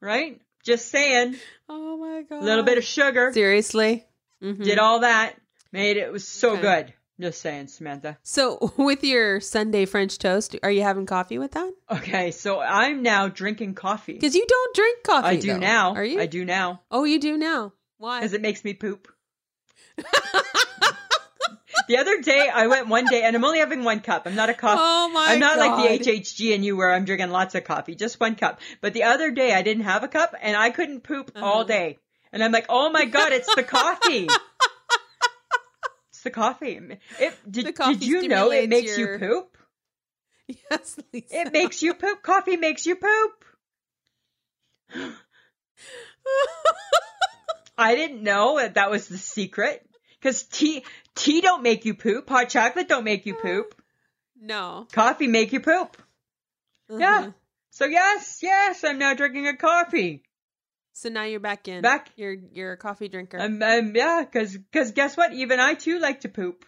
S2: right? Just saying,
S1: Oh my god.
S2: a little bit of sugar.
S1: Seriously? Mhm.
S2: Did all that, made it, it was so
S1: Okay.
S2: good. Just saying, Samantha.
S1: So, [LAUGHS] with your Sunday French toast, are you having coffee with that?
S2: Okay, so I'm now drinking coffee.
S1: Because you don't drink coffee.
S2: I do
S1: though.
S2: now.
S1: Are you?
S2: I do now
S1: Oh, you do now. Why?
S2: because it makes me poop. the other day, I went one day, and I'm only having one cup. I'm not a coffee.
S1: [LAUGHS] Oh my
S2: I'm not like
S1: God.
S2: the HHG and you where I'm drinking lots of coffee, just one cup. But the other day, I didn't have a cup, and I couldn't poop
S1: Oh.
S2: all day. And I'm like, oh my god, it's the coffee. it's the coffee. It, did,
S1: The coffee
S2: did you know it
S1: stimulates
S2: makes
S1: your-
S2: you poop?
S1: [LAUGHS] yes, Lisa.
S2: It makes you poop. Coffee makes you poop. I didn't know that that was the secret. Because tea, tea don't make you poop. Hot chocolate don't make you
S1: [SIGHS]
S2: poop.
S1: no.
S2: Coffee make you poop. Yeah.
S1: Mhm.
S2: So yes, yes, I'm now drinking a coffee.
S1: So now you're back in.
S2: Back.
S1: You're you're a coffee drinker. [LAUGHS]
S2: Um, um yeah, because guess what? Even I too like to poop.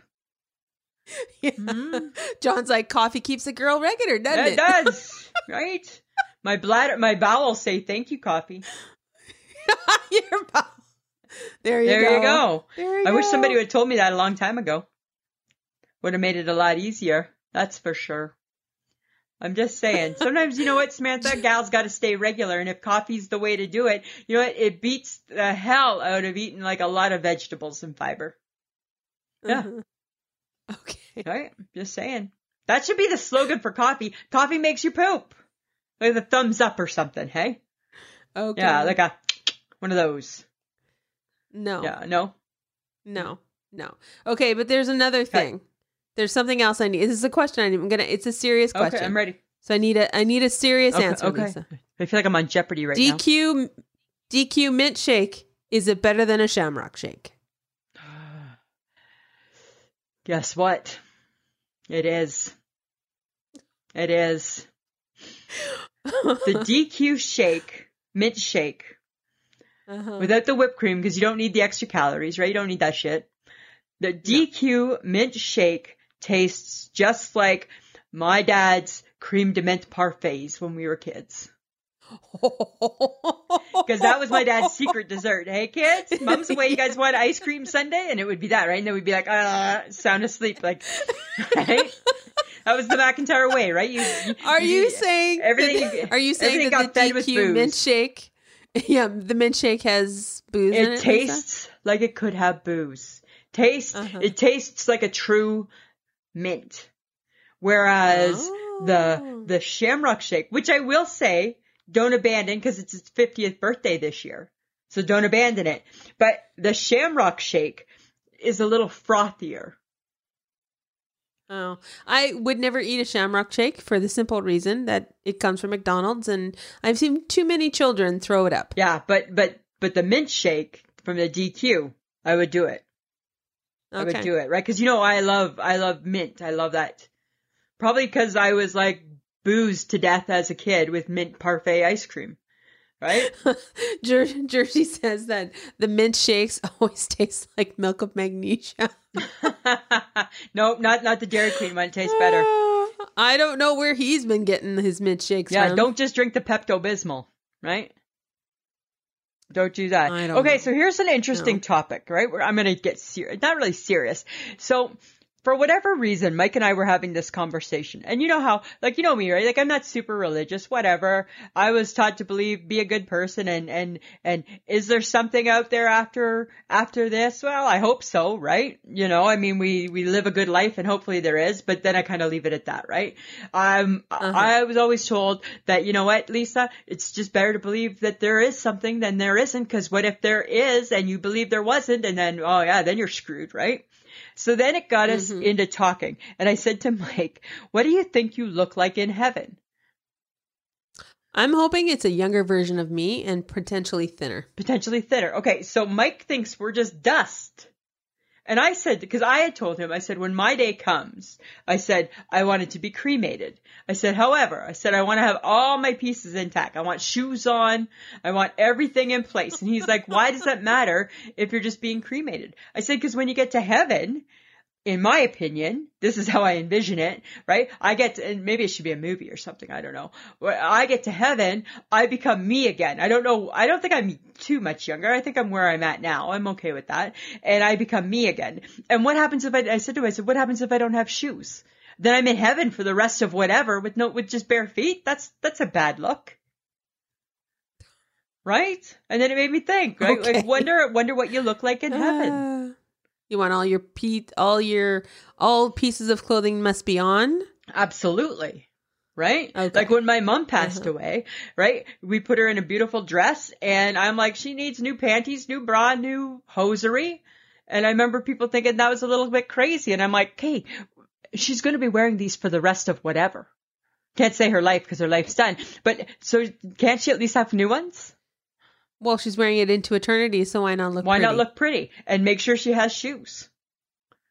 S3: Mm-hmm.
S1: [LAUGHS] Yeah. John's like coffee keeps a girl regular, doesn't
S2: Mm-hmm. It
S1: it?
S2: does, right? My bladder, my bowels say thank you, coffee.
S3: Your bowel. There you
S2: there
S3: go.
S2: you go.
S3: There you
S2: I wish
S3: go.
S2: somebody would have told me that a long time ago. Would have made it a lot easier. That's for sure. I'm just
S3: [LAUGHS]
S2: saying. Sometimes you know what, Samantha, gals got to stay regular, and if coffee's the way to do it, you know what, it beats the hell out of eating like a lot of vegetables and fiber. Yeah.
S3: Mhm.
S1: Uh-huh. [LAUGHS]
S3: Okay.
S2: Right? Just saying. That should be the slogan for coffee. Coffee makes you poop. Like the thumbs up or something, hey?
S3: Okay.
S2: Yeah, like a one of those.
S1: Oh.
S3: no.
S2: Yeah, no.
S1: No, no. Okay, but there's another thing. There's something else I need. This is a question I need. I'm gonna. It's a serious question.
S2: Okay, I'm ready.
S1: So I need a. I need a serious
S2: Okay,
S1: answer.
S2: okay.
S1: Lisa.
S2: I feel like I'm on Jeopardy right now.
S1: DQ DQ mint shake. Is it better than a shamrock shake?
S2: [SIGHS] Guess what? It is. It is. The
S1: [LAUGHS]
S2: DQ shake, mint shake,
S1: Uh-huh. [LAUGHS]
S2: without the [LAUGHS] whipped cream because you don't need the extra calories, right? You don't need that shit. The DQ mint shake tastes just like my dad's cream de menthe parfaits when we were kids. Because that was my dad's secret dessert. Hey kids, mom's away. You guys want ice cream Sunday? And it would be that, right? And then we'd be like, ah, sound asleep. Like, [LAUGHS] right? That was the McIntyre way, right? You, you-
S1: Are you
S2: you-
S1: saying that-
S2: everything-
S1: Are you saying
S2: everything
S1: that
S2: got
S1: the
S2: fed with
S1: DQ mint
S2: booze.
S1: shake? [LAUGHS] Yeah, the mint shake has booze in
S2: It
S1: it.
S2: tastes like it could have booze. Taste
S1: Uh-huh.
S2: it tastes like a true mint. Whereas the
S1: Oh.
S2: the Shamrock Shake, which I will say, don't abandon because it's its 50th birthday this year. So don't abandon it. But the Shamrock Shake is a little frothier.
S1: Oh, I would never eat a shamrock shake for the simple reason that it comes from McDonald's, and I've seen too many children throw it up.
S2: Yeah, but but but the mint shake from the DQ, I would do it. I would do it, right? Because you know I love I love mint. I love that. Probably because I was like boozed to death as a kid with mint parfait ice cream, right?
S1: [LAUGHS]
S2: [LAUGHS]
S1: Jer- Jersey says that the mint shakes [LAUGHS] always taste like milk of magnesia.
S2: no, not not the Dairy Queen one. It tastes better.
S1: [LAUGHS] Ah, I don't know where he's been getting his mint shakes.
S2: Yeah,
S1: from.
S2: don't just drink the Pepto Bismol, right? Don't do that.
S1: I don't
S2: okay,
S1: know.
S2: so here's an interesting
S1: No.
S2: topic, right? Where I'm going to get serious, not really serious. So, for whatever reason, Mike and I were having this conversation, and you know how, like, you know me, right? Like, I'm not super religious, whatever. I was taught to believe, be a good person, and and and is there something out there after after this? Well, I hope so, right? You know, I mean, we we live a good life, and hopefully there is, but then I kind of leave it at that, right? Um,
S1: Uh-huh.
S2: I was always told that, you know what, Lisa, it's just better to believe that there is something than there isn't, because what if there is and you believe there wasn't, and then, oh yeah, then you're screwed, right? So then it got us
S1: Mhm.
S2: into talking, and I said to Mike, what do you think you look like in heaven?
S1: I'm hoping it's a younger version of me and potentially thinner.
S2: potentially thinner. Okay, so Mike thinks we're just dust. And I said, because I had told him, I said, when my day comes, I said, I wanted to be cremated. I said, however, I said, I want to have all my pieces intact. I want shoes on. I want everything in place. And he's like, why does that matter if you're just being cremated? I said, because when you get to heaven, in my opinion, this is how I envision it, right? I get to, and maybe it should be a movie or something, I don't know. Where I get to heaven, I become me again. I don't know, I don't think I'm too much younger. I think I'm where I'm at now. I'm okay with that. And I become me again. And what happens if I, I said to him, I said, what happens if I don't have shoes? Then I'm in heaven for the rest of whatever with no, with just bare feet? That's, that's a bad look. Right? And then it made me think, right?
S1: Okay.
S2: Like wonder, wonder what you look like in heaven.
S1: Ah. you want all your pe- all your all pieces of clothing must be on.
S2: Absolutely. Right?
S1: Okay.
S2: Like when my mom passed
S1: Uh-huh.
S2: away, right? We put her in a beautiful dress and I'm like, she needs new panties, new bra, new hosiery. And I remember people thinking that was a little bit crazy. And I'm like, hey, she's going to be wearing these for the rest of whatever. Can't say her life because her life's done. But so can't she at least have new ones?
S1: Well, she's wearing it into eternity, so why not look?
S2: Why not
S1: pretty?
S2: look pretty and make sure she has shoes?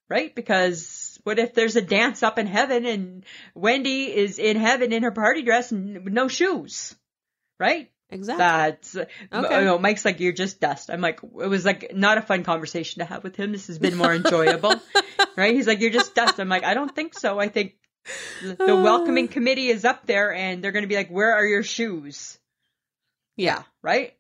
S2: Right? Because what if there's a dance up in heaven and Wendy is in heaven in her party dress and with no shoes? Right?
S1: exactly?
S2: That's uh,
S1: Okay.
S2: you know, Mike's like you're just dust. I'm like it was like not a fun
S1: [LAUGHS]
S2: conversation to have with him. This has been more enjoyable. right? He's like you're just dust. I'm like I don't think so. I think The the
S1: Uh.
S2: welcoming committee is up there and they're going to be like, where are your shoes?
S1: Yeah.
S2: Right?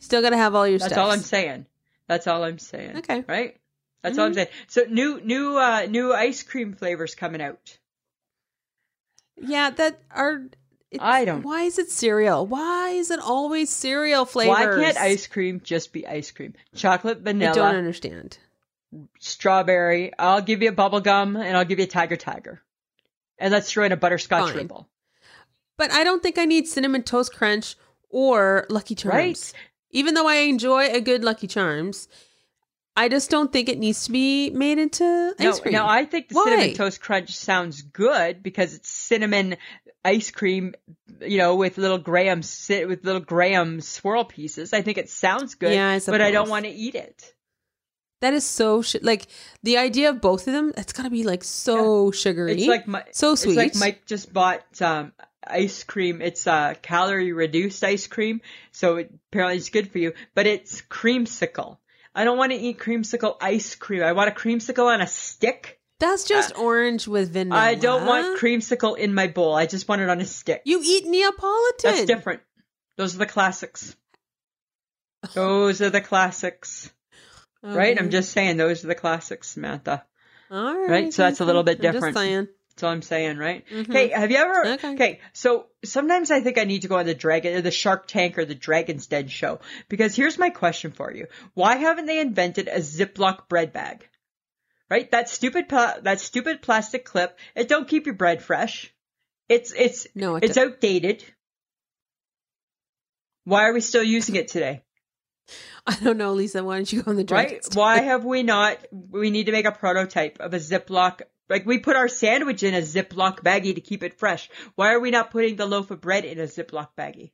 S1: Still got to have all your
S2: That's
S1: stuff.
S2: all I'm saying. That's all I'm saying.
S1: Okay.
S2: Right? That's
S1: Mm-hmm.
S2: all I'm saying. So new, new, uh, new ice cream flavors coming out.
S1: Yeah, that are. It's,
S2: I don't-
S1: Why is it cereal? Why is it always cereal flavors?
S2: Why can't ice cream just be ice cream? Chocolate,
S1: I don't
S2: vanilla,
S1: understand.
S2: strawberry. I'll give you a bubble gum and I'll give you a tiger tiger. And let's throw in a butterscotch
S1: Fine.
S2: ripple.
S1: But I don't think I need cinnamon toast crunch or Lucky Charms.
S2: Right?
S1: Even though I enjoy a good Lucky Charms, I just don't think it needs to be made into
S2: No,
S1: ice cream.
S2: Now I think the
S1: Why?
S2: cinnamon toast crunch sounds good because it's cinnamon ice cream, you know, with little graham sit with little graham swirl pieces. I think it sounds good,
S1: Yeah, I
S2: but I don't
S1: suppose.
S2: want to eat it.
S1: that is so sh- like the idea of both of them. That's gotta be like so sugary.
S2: It's like my
S1: so
S2: It's
S1: sweet.
S2: like Mike just bought um, ice cream. It's uh, calorie reduced ice cream, so it, apparently it's good for you. But it's creamsicle. I don't want to eat creamsicle ice cream. I want a creamsicle on a stick.
S1: That's just orange with vanilla.
S2: I don't want creamsicle in my bowl. I just want it on a stick.
S1: You eat Neapolitan.
S2: That's different. Those are
S1: [SIGHS]
S2: the classics. Those are the classics, right? I'm
S1: Okay.
S2: just saying, those are the classics, Samantha.
S1: All right.
S2: right? So that's a little bit
S1: I'm
S2: different.
S1: Just saying.
S2: That's all I'm saying, right?
S1: Mhm.
S2: Okay, have you ever?
S1: Okay.
S2: Okay. so sometimes I think I need to go on the Dragon, the Shark Tank, or the Dragon's Den show because here's my question for you: Why haven't they invented a Ziploc bread bag? Right, that stupid pla- that stupid plastic clip. It don't keep your bread fresh. It's it's
S1: No, it
S2: it's outdated. Why are we still using it today?
S1: [LAUGHS] I don't know, Lisa. Why don't you go on the drink?
S2: Right? Why have we not? We need to make a prototype of a Ziploc. Like we put our sandwich in a Ziploc baggie to keep it fresh. Why are we not putting the loaf of bread in a Ziploc baggie?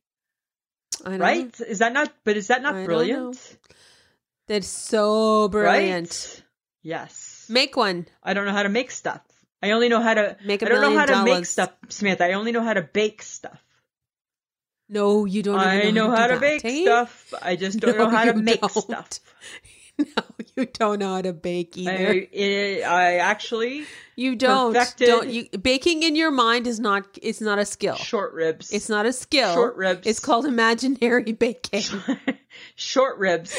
S1: I don't know.
S2: Right? Is that not? But is that
S1: I
S2: not
S1: don't
S2: brilliant?
S1: That's so brilliant.
S2: Right? Yes.
S1: Make one.
S2: I don't know how to make stuff. I only know how to.
S1: Make a
S2: I don't know
S1: million
S2: how to make
S1: dollars.
S2: stuff, Samantha. I only know how to bake stuff.
S1: No, you don't. even
S2: I know
S1: to
S2: how
S1: do
S2: to
S1: that,
S2: bake
S1: eh?
S2: stuff. I just don't
S1: No,
S2: know how to
S1: you
S2: make
S1: don't.
S2: stuff.
S1: [LAUGHS] No, you don't know how to bake either.
S2: I, it, I actually
S1: you don't.
S2: perfected-
S1: Don't you? Baking in your mind is not. It's not a skill.
S2: short ribs.
S1: It's not a skill.
S2: Short ribs.
S1: It's called imaginary [LAUGHS] baking.
S2: [LAUGHS] short ribs.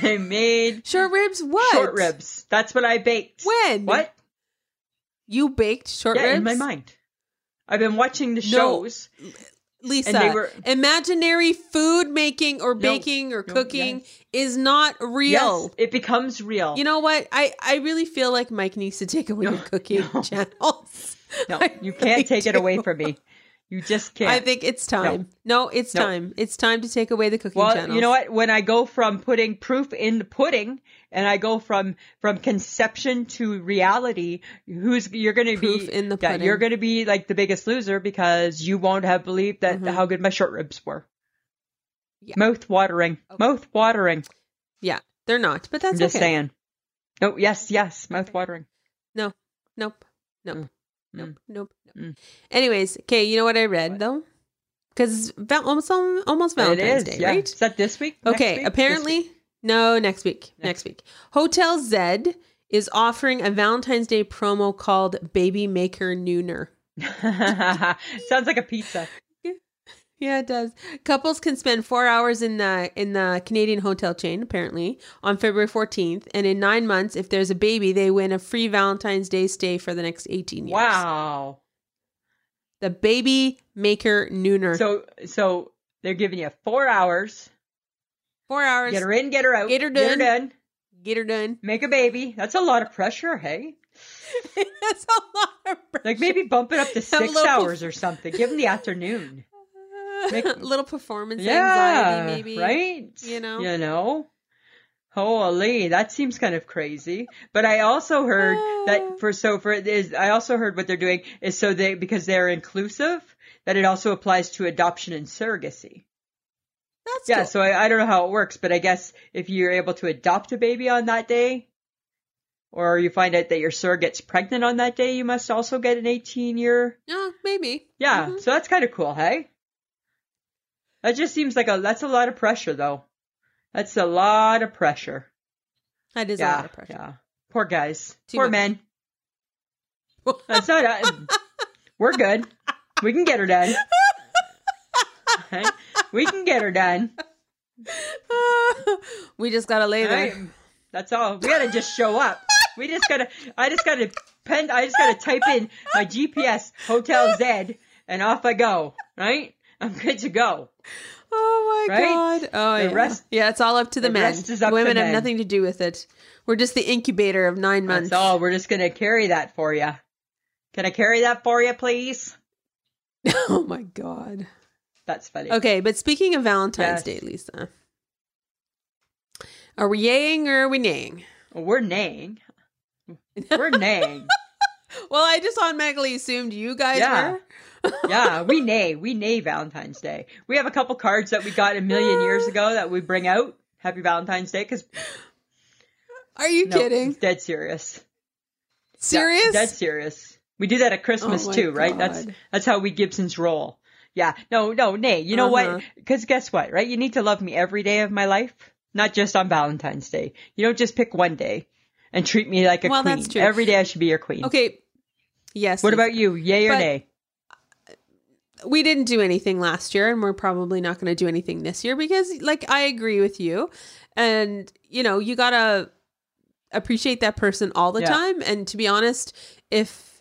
S2: I made
S1: Short ribs. What?
S2: short ribs. That's what I baked.
S1: When?
S2: What?
S1: You baked short
S2: yeah,
S1: ribs
S2: in my mind. I've been watching the shows.
S1: Lisa,
S2: And they were-
S1: imaginary food making or baking or
S2: no,
S1: cooking is not real.
S2: Yes, it becomes real.
S1: You know what? I, I really feel like Mike needs to take away
S2: No, [LAUGHS]
S1: your cooking
S2: no.
S1: channels.
S2: no,
S1: [LAUGHS] I really
S2: you can't take it
S1: do.
S2: away from me. You just can't.
S1: I think it's time. No, it's
S2: No.
S1: time. It's time to take away the cooking
S2: well,
S1: channels.
S2: you know what? When I go from putting proof in the pudding, and I go from from conception to reality, who's you're going to be
S1: Proof in the
S2: yeah,
S1: pudding.
S2: you're going to be like the biggest loser because you won't have believed that how good my short ribs were.
S1: Mm-hmm. Yeah.
S2: Mouth watering, mouth watering.
S1: Yeah, they're not, but that's
S2: I'm just
S1: okay.
S2: saying. No, yes, yes, mouth watering.
S1: No, nope, nope,
S2: Mm,
S1: nope,
S2: mm,
S1: nope. nope.
S2: mm.
S1: Anyways, okay, you know what I read
S2: What?
S1: though? Because val- almost almost
S2: It
S1: Valentine's
S2: is.
S1: Day,
S2: yeah.
S1: right?
S2: Is that this week? Next
S1: Okay,
S2: week? This
S1: apparently
S2: week.
S1: no, next week. Next week. Hotel Z is offering a Valentine's Day promo called Baby Maker Nooner.
S2: [LAUGHS] sounds like a pizza.
S1: Yeah, it does. Couples can spend 4 hours in the in the Canadian hotel chain apparently on February 14th and in 9 months if there's a baby they win a free Valentine's Day stay for the next 18 years.
S2: Wow.
S1: The Baby Maker Nooner.
S2: So so they're giving you four hours.
S1: 4 hours.
S2: Get her in, get her out.
S1: Get her done.
S2: done.
S1: get her done.
S2: [LAUGHS] Make a baby. That's a lot of pressure, hey?
S1: That's a lot of pressure.
S2: Like maybe bump it up
S1: [LAUGHS]
S2: to
S1: Have a
S2: six
S1: little-
S2: hours or something. Give them
S1: [LAUGHS]
S2: the afternoon. make-
S1: little performance
S2: yeah,
S1: anxiety maybe.
S2: right?
S1: you know?
S2: you know. Holy, that seems kind of crazy. But I also heard
S1: Ah.
S2: that for so for it is I also heard what they're doing is so they because they're inclusive that it also applies to adoption and surrogacy.
S1: That's
S2: Yeah,
S1: cool.
S2: so I, I don't know how it works, but I guess if you're able to adopt a baby on that day, or you find out that your surrogate's pregnant on that day, you must also get an 18 year.
S1: Yeah, maybe.
S2: Yeah,
S1: Mhm.
S2: so that's kind of cool, hey? That just seems like a that's a lot of pressure though. That's a lot of pressure.
S1: That is a
S2: yeah,
S1: lot of pressure. [LAUGHS]
S2: yeah. Poor guys.
S1: Too
S2: Poor
S1: much.
S2: men. That's not. uh, We're good. we can get
S1: [LAUGHS]
S2: her done. Okay? We can get her done.
S1: [LAUGHS] we just gotta lay there.
S2: Right. That's all. We gotta just show up. We just gotta. I just gotta pen. I just gotta type in my GPS Hotel Z, and off I go. Right? I'm good to go.
S1: Oh my
S2: Right?
S1: god. Oh
S2: The
S1: yeah.
S2: rest-
S1: yeah, it's all up to the,
S2: the
S1: men.
S2: rest is up to
S1: Women
S2: men.
S1: have nothing to do with it. We're just the incubator of nine months.
S2: That's all. We're just gonna carry that for you. Can I carry that for you, please?
S1: [LAUGHS] oh my god.
S2: That's funny.
S1: Okay, but speaking of Valentine's Day,
S2: Yes.
S1: Lisa. Are we yaying or are we naying?
S2: Well, Oh, we're naying. We're naying.
S1: Well, I just automatically assumed you guys
S2: Yeah.
S1: were.
S2: yeah, we nay. We nay Valentine's Day. We have a couple cards that we got a million years ago that we bring out. Happy Valentine's Day, because
S1: Are you kidding?
S2: dead serious. Yeah,
S1: Serious?
S2: dead serious. We do that at Christmas
S1: Oh my
S2: too, right? That's
S1: God.
S2: that's how we Gibsons roll. Yeah. No, no, nay. You know
S1: Uh-huh.
S2: what? Because guess what, right? You need to love me every day of my life, not just on Valentine's Day. You don't just pick one day and treat me like a
S1: Well,
S2: queen.
S1: that's true.
S2: Every day I should be your queen.
S1: okay. Yes.
S2: What
S1: Lisa.
S2: about you? Yay or
S1: But-
S2: nay?
S1: we didn't do anything last year and we're probably not going to do anything this year because like I agree with you and you know you got to appreciate that person all the
S2: Yeah.
S1: time and to be honest if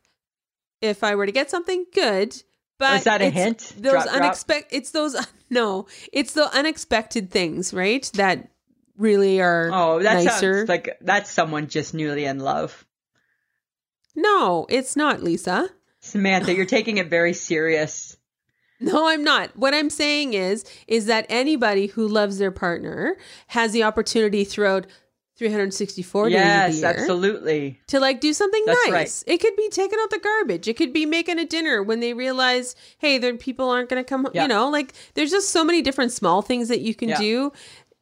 S1: if I were to get something good but
S2: Is that a
S1: it's
S2: hint?
S1: those
S2: Drop, drop.
S1: unexpected it's those [LAUGHS] no it's the unexpected things right that really are
S2: Oh, that
S1: nicer
S2: sounds like that's someone just newly in love.
S1: no it's not Lisa
S2: Samantha,
S1: [SIGHS]
S2: you're taking it very serious.
S1: No, I'm not. What I'm saying is is that anybody who loves their partner has the opportunity throughout 364 days
S2: yes,
S1: of the year
S2: absolutely.
S1: to like do something
S2: That's
S1: nice. It could be taking out the garbage. It could be making a dinner when they realize, hey, their people aren't going to come.
S2: Yeah.
S1: You know, like there's just so many different small things that you can
S2: Yeah.
S1: do.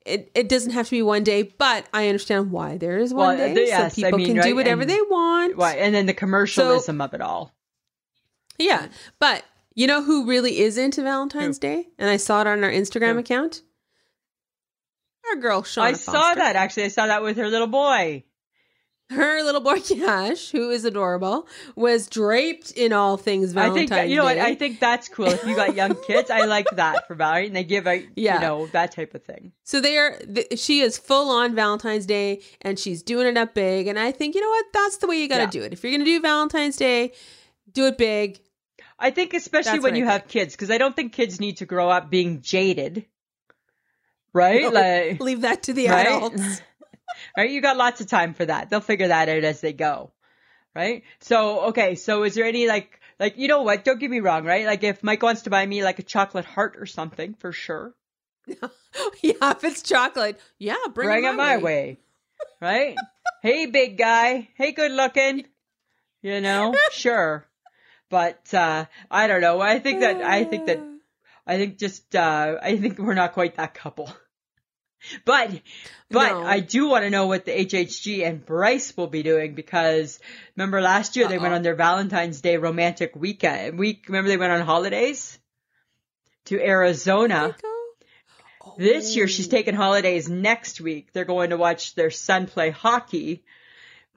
S1: It, it doesn't have to be one day, but I understand why there is
S2: Well,
S1: one
S2: uh,
S1: day,
S2: th- yes, I
S1: so people
S2: mean,
S1: can
S2: right,
S1: do whatever
S2: and-
S1: they want.
S2: Why? And then the commercialism of it all.
S1: Yeah. But you know who really is into Valentine's Day? And I saw it on our Instagram
S2: Who?
S1: account. Our girl Shauna.
S2: I saw
S1: Foster.
S2: that actually. I saw that with her little boy.
S1: Her little boy [LAUGHS] Cash, who is adorable, was draped in all things Valentine's
S2: I think uh, you know what
S1: Day.
S2: I think that's cool. If you
S1: [LAUGHS]
S2: got young kids, I like that for Valerie, and they give out
S1: Yeah.
S2: you know that type of thing.
S1: so they are. Th- she is full on Valentine's Day, and she's doing it up big. And I think you know what? That's the way you got to do
S2: Yeah.
S1: it. If you're going to do Valentine's Day, do it
S2: [LAUGHS]
S1: big.
S2: I think especially
S1: That's
S2: when
S1: what
S2: you
S1: I
S2: have kids, because I don't think kids need to grow up being jaded, right? like
S1: Leave that to the
S2: Right?
S1: adults. [LAUGHS]
S2: right, you got lots of time for that. They'll figure that out as they go, right? So okay, so is there any like like you know what? Don't get me wrong, right? Like if Mike wants to buy me like a chocolate heart or something, for sure.
S1: yeah, if it's chocolate, yeah, bring,
S2: bring
S1: it
S2: it my way, right? hey, big guy. Hey, good looking. You know, sure, but uh, I don't know. I think that I think that I think just uh, I think we're not quite that couple. But but
S1: No.
S2: I do want to know what the HHG and Bryce will be doing because remember last year they went
S1: Uh-oh.
S2: on their Valentine's Day romantic weekend week. Remember they went on holidays to Arizona. This year she's taking holidays next week. They're going to watch their son play hockey.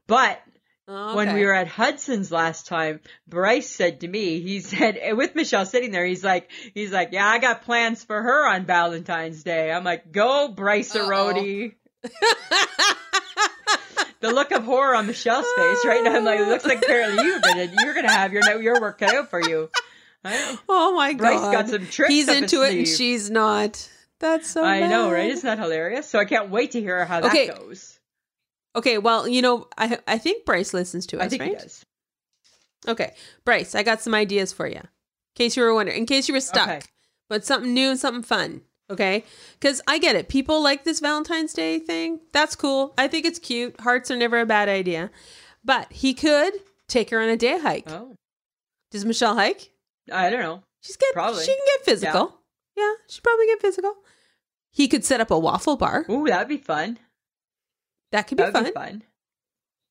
S2: But
S1: Oh,
S2: when we were at Hudson's last time, Bryce said to me, he [LAUGHS] said and with Michelle sitting there, he's like he's like, "Yeah, I got plans for her on Valentine's Day." I'm like, "Go,
S1: [LAUGHS]
S2: Bryce Arodi." The look of horror on Michelle's face right now. I'm like, it looks like
S1: [LAUGHS]
S2: apparently you've been, you're gonna have your your work cut out for you. Right?
S1: oh my god,
S2: Bryce got some tricks
S1: He's
S2: up his
S1: into it and
S2: sleeve.
S1: she's not. That's so.
S2: I know, right?
S1: bad.
S2: Isn't that hilarious? So I can't wait to hear how
S1: Okay.
S2: that goes.
S1: Okay, well, you know, I I think Bryce listens to us,
S2: I think
S1: right?
S2: he does.
S1: Okay, Bryce, I got some ideas for you. In case you were wondering, in case you were stuck,
S2: Okay.
S1: but something new and something fun. Okay, because I get it. People like this Valentine's Day thing. That's cool. I think it's cute. Hearts are never a bad idea, but he could take her on a day hike.
S2: Oh,
S1: Does Michelle hike?
S2: I don't know.
S1: She's get
S2: Probably.
S1: she can get physical. Yeah. she'd probably get physical. He could set up a waffle bar.
S2: Ooh, that'd be fun.
S1: That could be
S2: That'd
S1: fun.
S2: be fun.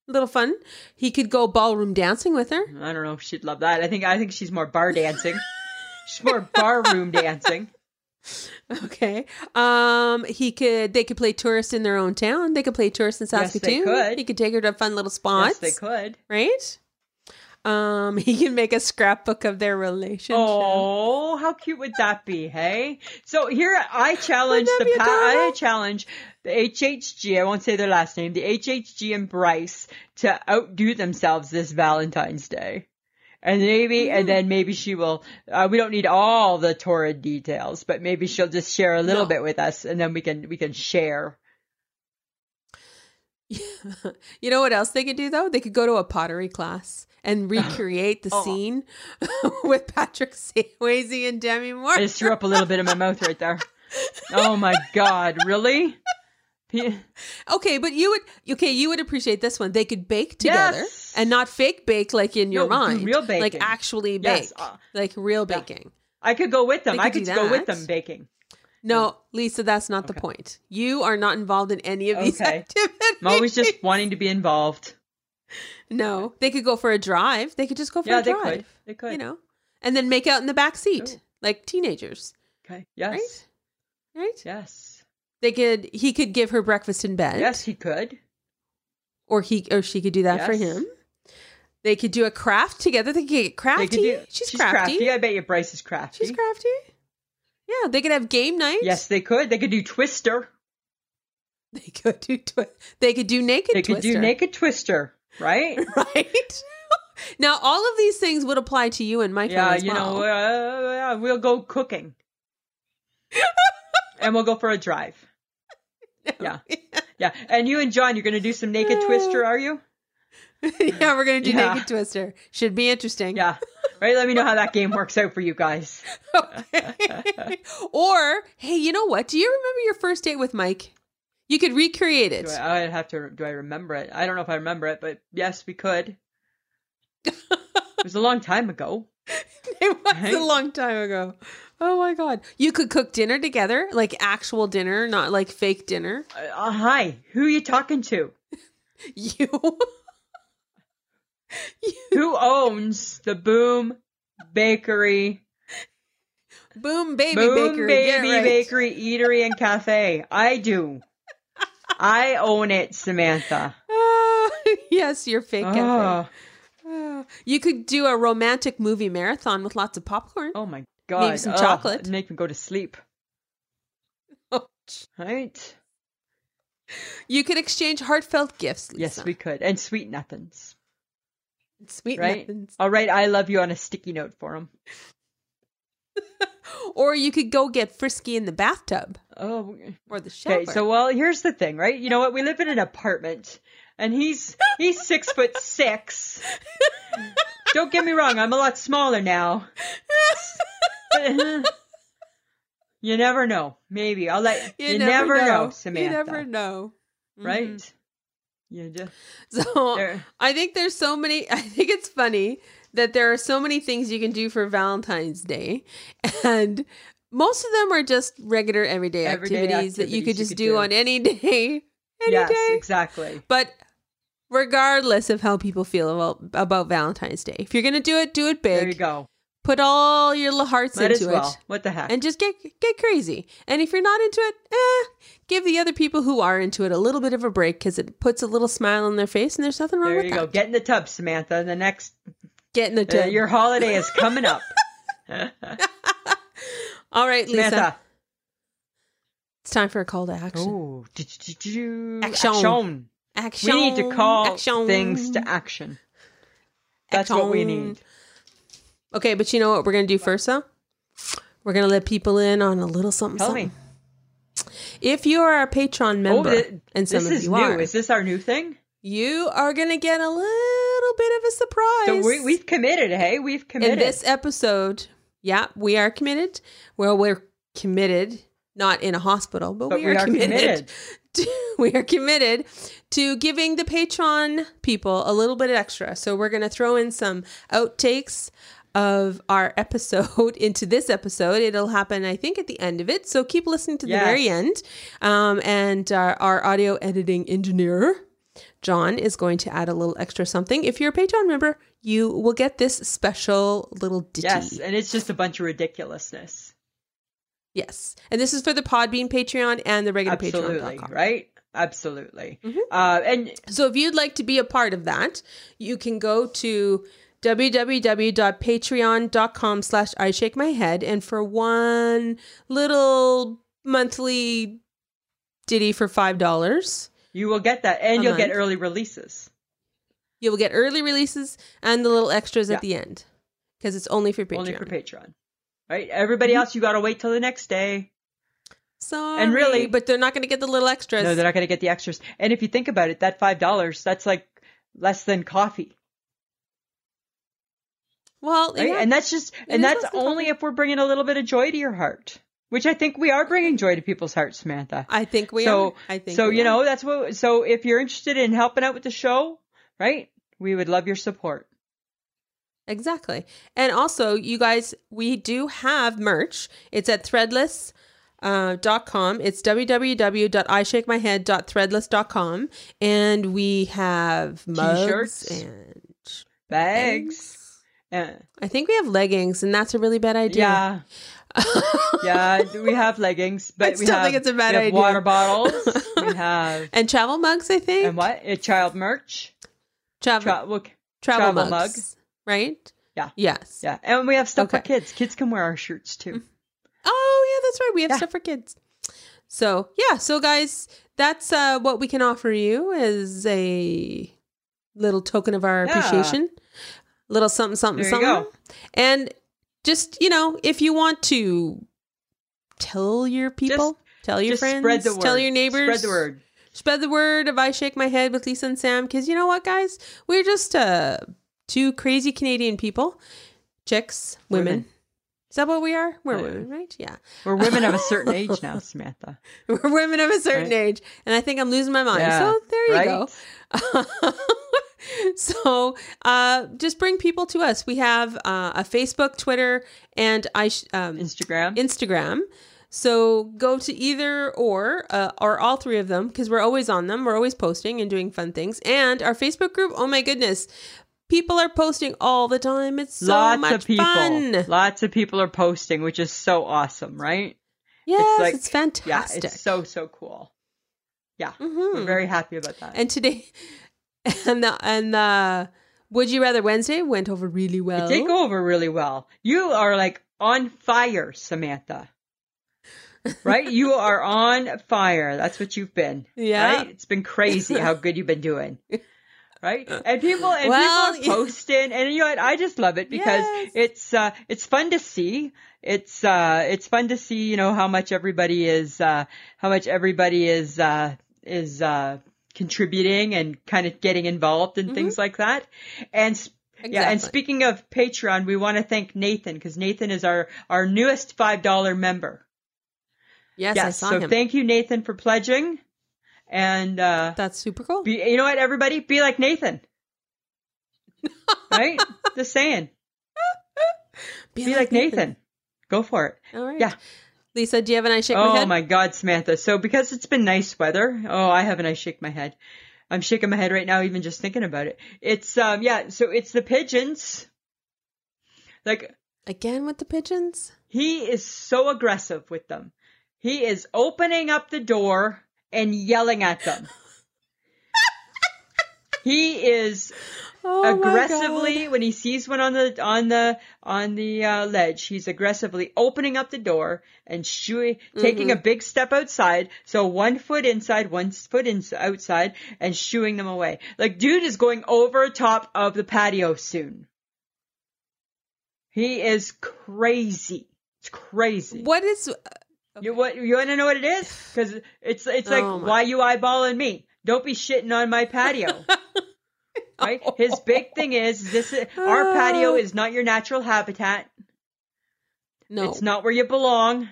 S1: Little fun. He could go ballroom dancing with her. [LAUGHS]
S2: I don't know if she'd love that. I think I think she's more bar dancing. [LAUGHS] she's more bar room dancing.
S1: Okay. Um he could they could play tourist in their own town. They could play tourist in
S2: Yes, they
S1: Saskatoon.
S2: could.
S1: He could take her to fun little
S2: Yes,
S1: spots.
S2: they could.
S1: Right? Um, [LAUGHS] he can make a scrapbook of their relationship.
S2: Oh, how cute would that be, hey? So here I challenge
S1: Wouldn't that
S2: the
S1: be
S2: pa- I
S1: adorable?
S2: challenge the HHG. I won't say their last name. The HHG and Bryce to outdo themselves this Valentine's Day. And maybe,
S1: Mm-hmm.
S2: and then maybe she will, uh, we don't need all the torrid details, but maybe she'll just share a little
S1: No.
S2: bit with us and then we can, we can share.
S1: you know what else they could do though? They could go to a pottery class
S2: [GASPS]
S1: and recreate the
S2: Oh.
S1: scene [LAUGHS] with Patrick Swayze and Demi Moore.
S2: I just threw up a little bit in my mouth right there. Oh my God. Really? P-
S1: Okay, but you would okay, you would appreciate this one. They could bake together
S2: Yes.
S1: and not fake bake like in your
S2: No, do
S1: mind,
S2: real
S1: like
S2: baking.
S1: actually bake,
S2: Yes, uh,
S1: like real
S2: yeah.
S1: baking.
S2: I could go with them.
S1: They
S2: I
S1: could
S2: could
S1: do
S2: go with
S1: that.
S2: them baking.
S1: No, Lisa, that's not the
S2: Okay.
S1: point. You are not involved in any of these [LAUGHS]
S2: Okay.
S1: activities.
S2: I'm always just wanting to
S1: [LAUGHS]
S2: be involved.
S1: no. They could go for a drive. They could just go for
S2: yeah,
S1: a
S2: they
S1: drive.
S2: could. They could.
S1: You know, and then make out in the back seat
S2: Oh.
S1: like teenagers,
S2: Okay. Yes.
S1: right? Right?
S2: Yes.
S1: They could. He could give her breakfast in bed.
S2: Yes, he could.
S1: or he or she could do that for
S2: Yes.
S1: him. They could do a craft together. They could get
S2: They
S1: crafty.
S2: could do-
S1: she's, crafty.
S2: I bet you Bryce is crafty.
S1: She's crafty. Yeah, they could have game night.
S2: Yes, they could. They could do Twister.
S1: [LAUGHS] they could do. Twi- they could do naked.
S2: They could do
S1: Twister.
S2: Naked Twister. Right?
S1: [LAUGHS] Right. now, all of these things would apply to you and Michael.
S2: yeah,
S1: as
S2: you
S1: well.
S2: know, uh, yeah, we'll
S1: [LAUGHS]
S2: go cooking. and we'll go for a drive. Yeah. Yeah. And you and John, you're going to do some Naked Twister, are you?
S1: [LAUGHS] yeah, we're gonna do
S2: Yeah.
S1: naked twister. Should be interesting.
S2: Yeah. Right? Let me know how that game works out for you guys.
S1: [LAUGHS] Okay. [LAUGHS] or hey, you know what? Do you remember your first date with Mike? You could recreate it.
S2: Do I, I have to. Do I remember it? I don't know if I remember it, but yes,
S1: [LAUGHS]
S2: we could. it was a long time ago.
S1: [LAUGHS] It was
S2: Right?
S1: a long time ago. Oh my god. You could cook dinner together, like actual dinner, not like fake dinner. [LAUGHS]
S2: Uh, uh, hi, who are you talking to?
S1: You
S2: Who owns the Boom Bakery?
S1: Boom baby
S2: Boom
S1: bakery. get
S2: Baby
S1: right.
S2: Bakery Eatery and Cafe. I do. I own it, Samantha.
S1: [LAUGHS] Ah, yes, your fake cafe.
S2: Oh,
S1: Ah. You could do a romantic movie marathon with lots of popcorn.
S2: oh my god!
S1: some
S2: Oh,
S1: chocolate.
S2: Make me go to sleep.
S1: Oh.
S2: Right?
S1: You could exchange heartfelt gifts. Lisa.
S2: Yes, we could. And sweet nothings.
S1: sweet
S2: Right?
S1: nothings.
S2: I'll write "I love you" on a sticky note for him.
S1: Or you could go get frisky in the bathtub
S2: Oh,
S1: or the shower.
S2: okay. So, well, here's the thing, right? You know what? We live in an apartment, and he's he's six foot
S1: [LAUGHS]
S2: six. Don't get me wrong; I'm a lot
S1: [LAUGHS]
S2: smaller now. But, you never know. Maybe I'll let you, never, know. Samantha.
S1: You never know. Mhm.
S2: right? You just
S1: So
S2: there-
S1: I think there's so many. [LAUGHS] I think it's funny that there are so many things you can do for Valentine's Day, and most of them are just regular everyday,
S2: Everyday
S1: activities, that you
S2: activities
S1: could
S2: you
S1: just
S2: could
S1: do,
S2: do.
S1: on any [LAUGHS] day, any
S2: yes,
S1: day.
S2: exactly.
S1: But regardless of how people feel about, about Valentine's Day, if you're gonna do it, do it big.
S2: There you go.
S1: Put all your little hearts
S2: Might as
S1: into
S2: well.
S1: it.
S2: What the heck?
S1: And just get get crazy. And if you're not into it, eh, give the other people who are into it a little bit of a break because it puts a little smile on their face, and there's nothing wrong
S2: there
S1: with
S2: you
S1: that.
S2: go. Get in the tub, Samantha. The next
S1: Get in the
S2: uh,
S1: tub.
S2: your holiday is coming up,
S1: All right, [LAUGHS] Lisa.
S2: Samantha.
S1: It's time for a call to action.
S2: Oh, action.
S1: Action.
S2: action.
S1: Action.
S2: We need to call
S1: action.
S2: things to action. That's what we
S1: Action.
S2: need.
S1: Okay, but you know what we're gonna do first though? We're gonna let people in on a little something.
S2: Tell
S1: something.
S2: me.
S1: If you are a Patreon member,
S2: thi-
S1: and some
S2: this
S1: of
S2: is
S1: you
S2: new.
S1: are,
S2: Is this our new thing?
S1: you are gonna get a little bit of a surprise.
S2: So we, we've committed, hey? We've committed.
S1: in this episode, yeah, we are committed. Well, we're committed, not in a hospital, but,
S2: but
S1: we, are committed.
S2: committed.
S1: [LAUGHS] to- we are committed to giving the Patreon people a little bit extra. So we're going to throw in some outtakes of our [LAUGHS] episode into this episode. It'll happen, I think, at the end of it. So keep listening to
S2: Yes.
S1: the very end. Um, and uh, our audio editing engineer, John, is going to add a little extra something. If you're a Patreon member, you will get this special little ditty.
S2: Yes, and it's just a bunch of ridiculousness.
S1: Yes. And this is for the Podbean Patreon Mm-hmm. and the regular
S2: Absolutely,
S1: Patreon.com.
S2: right? Absolutely. Uh, and
S1: So if you'd like to be a part of that, you can go to www.patreon.com slash I shake my head. And for one little monthly ditty for $5,
S2: You will get that, and
S1: A
S2: you'll get
S1: month.
S2: early releases.
S1: you will get early releases and the little extras
S2: Yeah.
S1: at the end because it's only for Patreon. Mm-hmm.
S2: Only for Patreon. Right? Everybody else, you gotta wait till the next day.
S1: Sorry,
S2: really-
S1: but they're not going to get the little extras.
S2: No, they're not gonna get the extras. And if you think about it, that five dollars, that's like less than coffee.
S1: well,
S2: Right?
S1: yeah.
S2: And that's just, and
S1: is
S2: that's
S1: less than
S2: only if we're bringing a little bit of joy to your heart, which I think we are bringing joy to people's hearts, Samantha.
S1: I think we
S2: so,
S1: are. I think
S2: so.
S1: we
S2: You
S1: are.
S2: know, that's what. So if you're interested in helping out with the show, right? We would love your support.
S1: Exactly. And also, you guys, we do have merch. It's at threadless. Uh, dot com. It's www.ishakemyhead.threadless.com. And we have mugs
S2: T-shirts.
S1: and
S2: Bags. Uh,
S1: I think we have leggings, and that's a really bad idea. [LAUGHS]
S2: yeah, yeah. We have leggings, but
S1: I
S2: we
S1: still
S2: have,
S1: think it's a bad
S2: we have
S1: idea.
S2: Water
S1: [LAUGHS]
S2: bottles. we have
S1: and travel mugs, I think.
S2: and what? Uh, child merch.
S1: Travel,
S2: Tra- well,
S1: travel,
S2: travel
S1: mugs. Right?
S2: Yeah.
S1: Yes.
S2: yeah, and we have stuff for
S1: Okay.
S2: kids. Kids can wear our shirts too.
S1: Oh yeah, that's right. We have
S2: Yeah.
S1: stuff for kids. So yeah, so guys, that's uh, what we can offer you as a little token of our
S2: Yeah.
S1: appreciation. Little something, something,
S2: There you
S1: something.
S2: go.
S1: And just you know, if you want to tell your people, tell your
S2: Just
S1: friends,
S2: spread the word.
S1: tell your neighbors,
S2: Spread the word.
S1: spread the word of I shake my head with Lisa and Sam because you know what, guys, we're just uh, two crazy Canadian people, chicks, women.
S2: Women.
S1: Is that what we are? We're
S2: Yeah.
S1: women, right? Yeah. [LAUGHS]
S2: We're women of a certain age now, Samantha.
S1: We're women of a certain
S2: Right.
S1: age, and I think I'm losing my mind.
S2: Yeah,
S1: so there you
S2: right?
S1: go. [LAUGHS] so uh, just bring people to us. We have uh, a Facebook, Twitter, and I sh- um,
S2: Instagram.
S1: Instagram. So go to either or uh, or all three of them because we're always on them. We're always posting and doing fun things. And our Facebook group. Oh my goodness, people are posting all the time. It's so
S2: lots
S1: much
S2: of people.
S1: fun.
S2: Lots of people are posting, which is so awesome, right?
S1: Yes, it's,
S2: like-
S1: fantastic.
S2: Yeah, it's so so cool. Yeah,
S1: Mhm.
S2: we're very happy about that.
S1: And today, [LAUGHS] and the and the Would You Rather Wednesday went over really well.
S2: it did go over really well. You are like on fire, Samantha. right? You are on fire. That's what you've been.
S1: Yeah.
S2: Right? It's been crazy how good you've been doing. Right? And people and
S1: Well,
S2: people are posting and you know what? I just love it because
S1: Yes.
S2: it's uh it's fun to see. It's uh it's fun to see, you know, how much everybody is uh how much everybody is uh is uh contributing and kind of getting involved
S1: Mm-hmm.
S2: and things like that. And sp- yeah, and
S1: Exactly.
S2: speaking of Patreon, we want to thank Nathan because Nathan is our our newest five dollar member.
S1: Yes, I saw
S2: so
S1: him.
S2: thank you, Nathan, for pledging. And uh,
S1: That's super cool.
S2: be, you know what, everybody, be
S1: [LAUGHS]
S2: like Nathan, right? Just saying,
S1: Be,
S2: be like Nathan. Go for it.
S1: All right.
S2: Yeah.
S1: Lisa, do you have an I shake my
S2: Oh
S1: head?
S2: my God, Samantha. So because it's been nice weather, oh, I haven't. I shake my head. I'm shaking my head right now, even just thinking about it. It's um, yeah. So it's the pigeons. Like
S1: Again with the pigeons?
S2: He is so aggressive with them. He is opening up the door and yelling at them. he is
S1: Oh my God.
S2: aggressively when he sees one on the on the on the uh, ledge, he's aggressively opening up the door and shooing, taking a
S1: Mm-hmm.
S2: big step outside. So one foot inside, one foot in, outside, and shooing them away. Like dude is going over top of the patio soon. He is crazy. It's crazy.
S1: What is. uh,
S2: You what you want to know what it is? Because it's it's like
S1: Oh my-
S2: why you eyeballing me? Don't be shitting on my
S1: [LAUGHS]
S2: patio. right? His big thing is this: is,
S1: [SIGHS]
S2: our patio is not your natural habitat.
S1: No.
S2: It's not where you belong.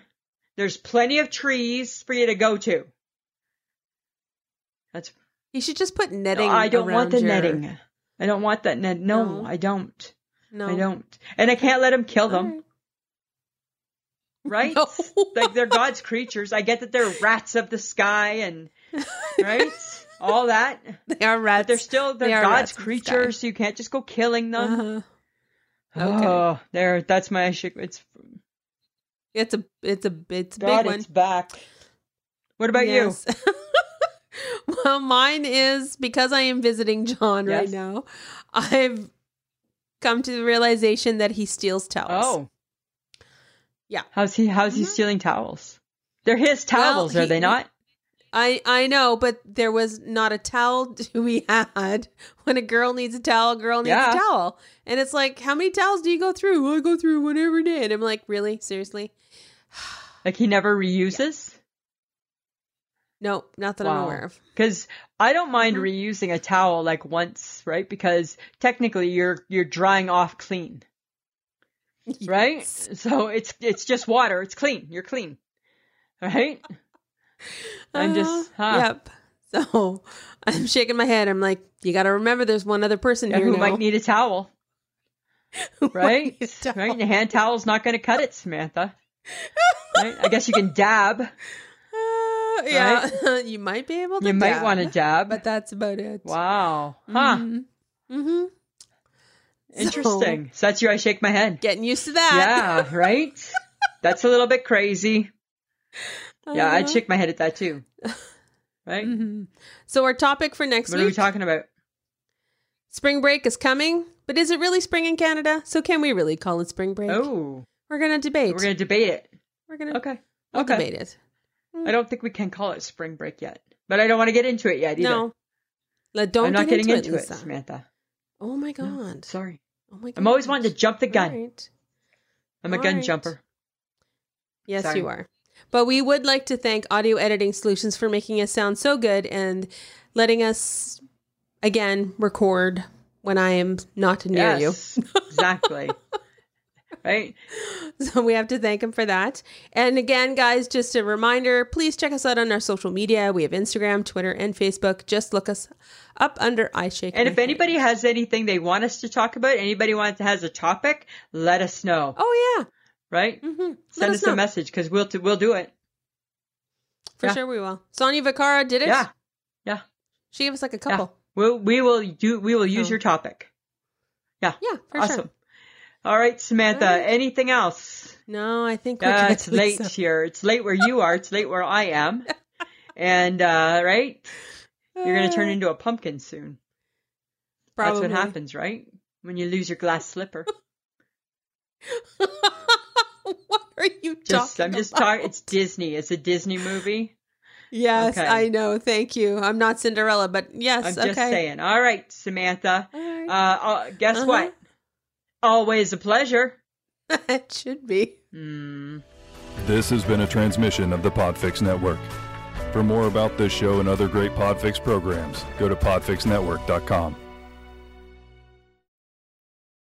S2: There's plenty of trees for you to go to. That's
S1: You should just put
S2: no,
S1: netting.
S2: I don't
S1: around
S2: want the
S1: your-
S2: netting. I don't want that net. No,
S1: No.
S2: I don't.
S1: No.
S2: I don't. And I can't let him kill them.
S1: [LAUGHS]
S2: right? [LAUGHS]
S1: No.
S2: Like they're God's creatures. I get that they're rats of the sky
S1: [LAUGHS]
S2: and right, all that.
S1: They are rats.
S2: They're still they're
S1: They are rats
S2: God's
S1: of the
S2: creatures. So you can't just go killing them.
S1: Uh-huh. okay.
S2: Oh, there. That's my issue. It's
S1: It's a it's a it's a
S2: God.
S1: big one.
S2: It's back. What about
S1: Yes. [LAUGHS] well, mine is because I am visiting John right
S2: Yes.
S1: now. I've come to the realization that he steals towels.
S2: Oh.
S1: Yeah. Mm-hmm.
S2: How's he how's he stealing towels? They're his towels,
S1: Well,
S2: are
S1: he-
S2: they not?
S1: I I know, but there was not a towel [LAUGHS] to be had. When a girl needs a towel, a girl needs
S2: Yeah.
S1: a towel. And it's like, how many towels do you go through? Well, I go through one every day. And I'm like, really? Seriously?
S2: Like he never reuses?
S1: No, not that I'm aware of.
S2: Because I don't mind
S1: Mm-hmm.
S2: reusing a towel like once, right? Because technically you're you're drying off clean, right?
S1: Yes.
S2: So it's it's just water. It's clean. You're clean, right? I'm just
S1: Uh,
S2: huh,
S1: Yep. So [LAUGHS] I'm shaking my head. I'm like, you got to remember there's one other person
S2: yeah,
S1: here
S2: who
S1: now.
S2: might need a towel,
S1: [LAUGHS] Who might
S2: right?
S1: need a towel.
S2: Right? And a hand towel's not going to cut it, Samantha. right? I guess
S1: [LAUGHS]
S2: you can dab.
S1: Uh, yeah. [LAUGHS] you might be able to.
S2: You might
S1: dab,
S2: want to dab.
S1: But that's about it.
S2: wow. Huh.
S1: Mm-hmm.
S2: Interesting. So, that's you. I shake my head.
S1: Getting used to that.
S2: Yeah. Right.
S1: [LAUGHS]
S2: that's a little bit crazy. Yeah, I'd
S1: Uh,
S2: shake my head at
S1: [LAUGHS]
S2: that too. Right?
S1: mhm. So our topic for next
S2: What are we
S1: week,
S2: talking about?
S1: spring break is coming, but is it really spring in Canada? So can we really call it spring break?
S2: Oh,
S1: We're gonna debate.
S2: we're gonna debate it.
S1: We're gonna
S2: Okay.
S1: we'll
S2: okay.
S1: debate it.
S2: I don't think we can call it spring break yet, but I don't want to get into it yet either.
S1: No, Let- don't
S2: I'm not
S1: get
S2: getting into, it,
S1: Lisa.
S2: Samantha.
S1: Oh my god!
S2: No, sorry.
S1: Oh my god!
S2: I'm always wanting to jump the gun.
S1: Alright.
S2: I'm a gun
S1: Alright.
S2: jumper.
S1: Yes,
S2: Sorry.
S1: you are. But we would like to thank Audio Editing Solutions for making us sound so good and letting us again record when I am not near
S2: yes,
S1: [LAUGHS]
S2: exactly. Right?
S1: you. [LAUGHS] So we have to thank him for that. And again, guys, just a reminder, please check us out on our social media. We have Instagram, Twitter, and Facebook. Just look us up under I Shake.
S2: And
S1: My
S2: if
S1: Head.
S2: anybody has anything they want us to talk about, anybody wants has a topic, let us know.
S1: Oh
S2: Right?
S1: yeah. hmm
S2: Send
S1: us
S2: us,
S1: know.
S2: a message because we'll t- we'll do it.
S1: For
S2: Yeah.
S1: sure we will. Sonia Vacara did it.
S2: Yeah.
S1: She gave us like a
S2: Yeah.
S1: couple.
S2: We'll, we will do. We will use
S1: So-
S2: your topic.
S1: Yeah, for
S2: awesome.
S1: sure.
S2: All right, Samantha.
S1: All right.
S2: Anything else?
S1: No, I think we're
S2: Yeah,
S1: good, [LAUGHS]
S2: it's late
S1: Lisa.
S2: here. It's late where you are. It's late where
S1: [LAUGHS]
S2: I am. And uh, right, you're gonna turn into a pumpkin soon.
S1: Uh, Probably.
S2: That's what happens, right? When you lose your glass slipper.
S1: [LAUGHS] what are you
S2: Just
S1: talking
S2: I'm just
S1: about?
S2: talking. It's Disney. It's a Disney movie.
S1: Yes,
S2: Okay.
S1: I know. Thank you. I'm not Cinderella, but yes.
S2: I'm
S1: okay.
S2: just saying. All right, Samantha.
S1: All right.
S2: Uh, uh, guess
S1: Uh-huh.
S2: what? Always a pleasure. Uh,
S1: [LAUGHS] it should be.
S2: Mm.
S4: This has been a transmission of the Podfix Network. For more about this show and other great Podfix programs, go to podfixnetwork.com.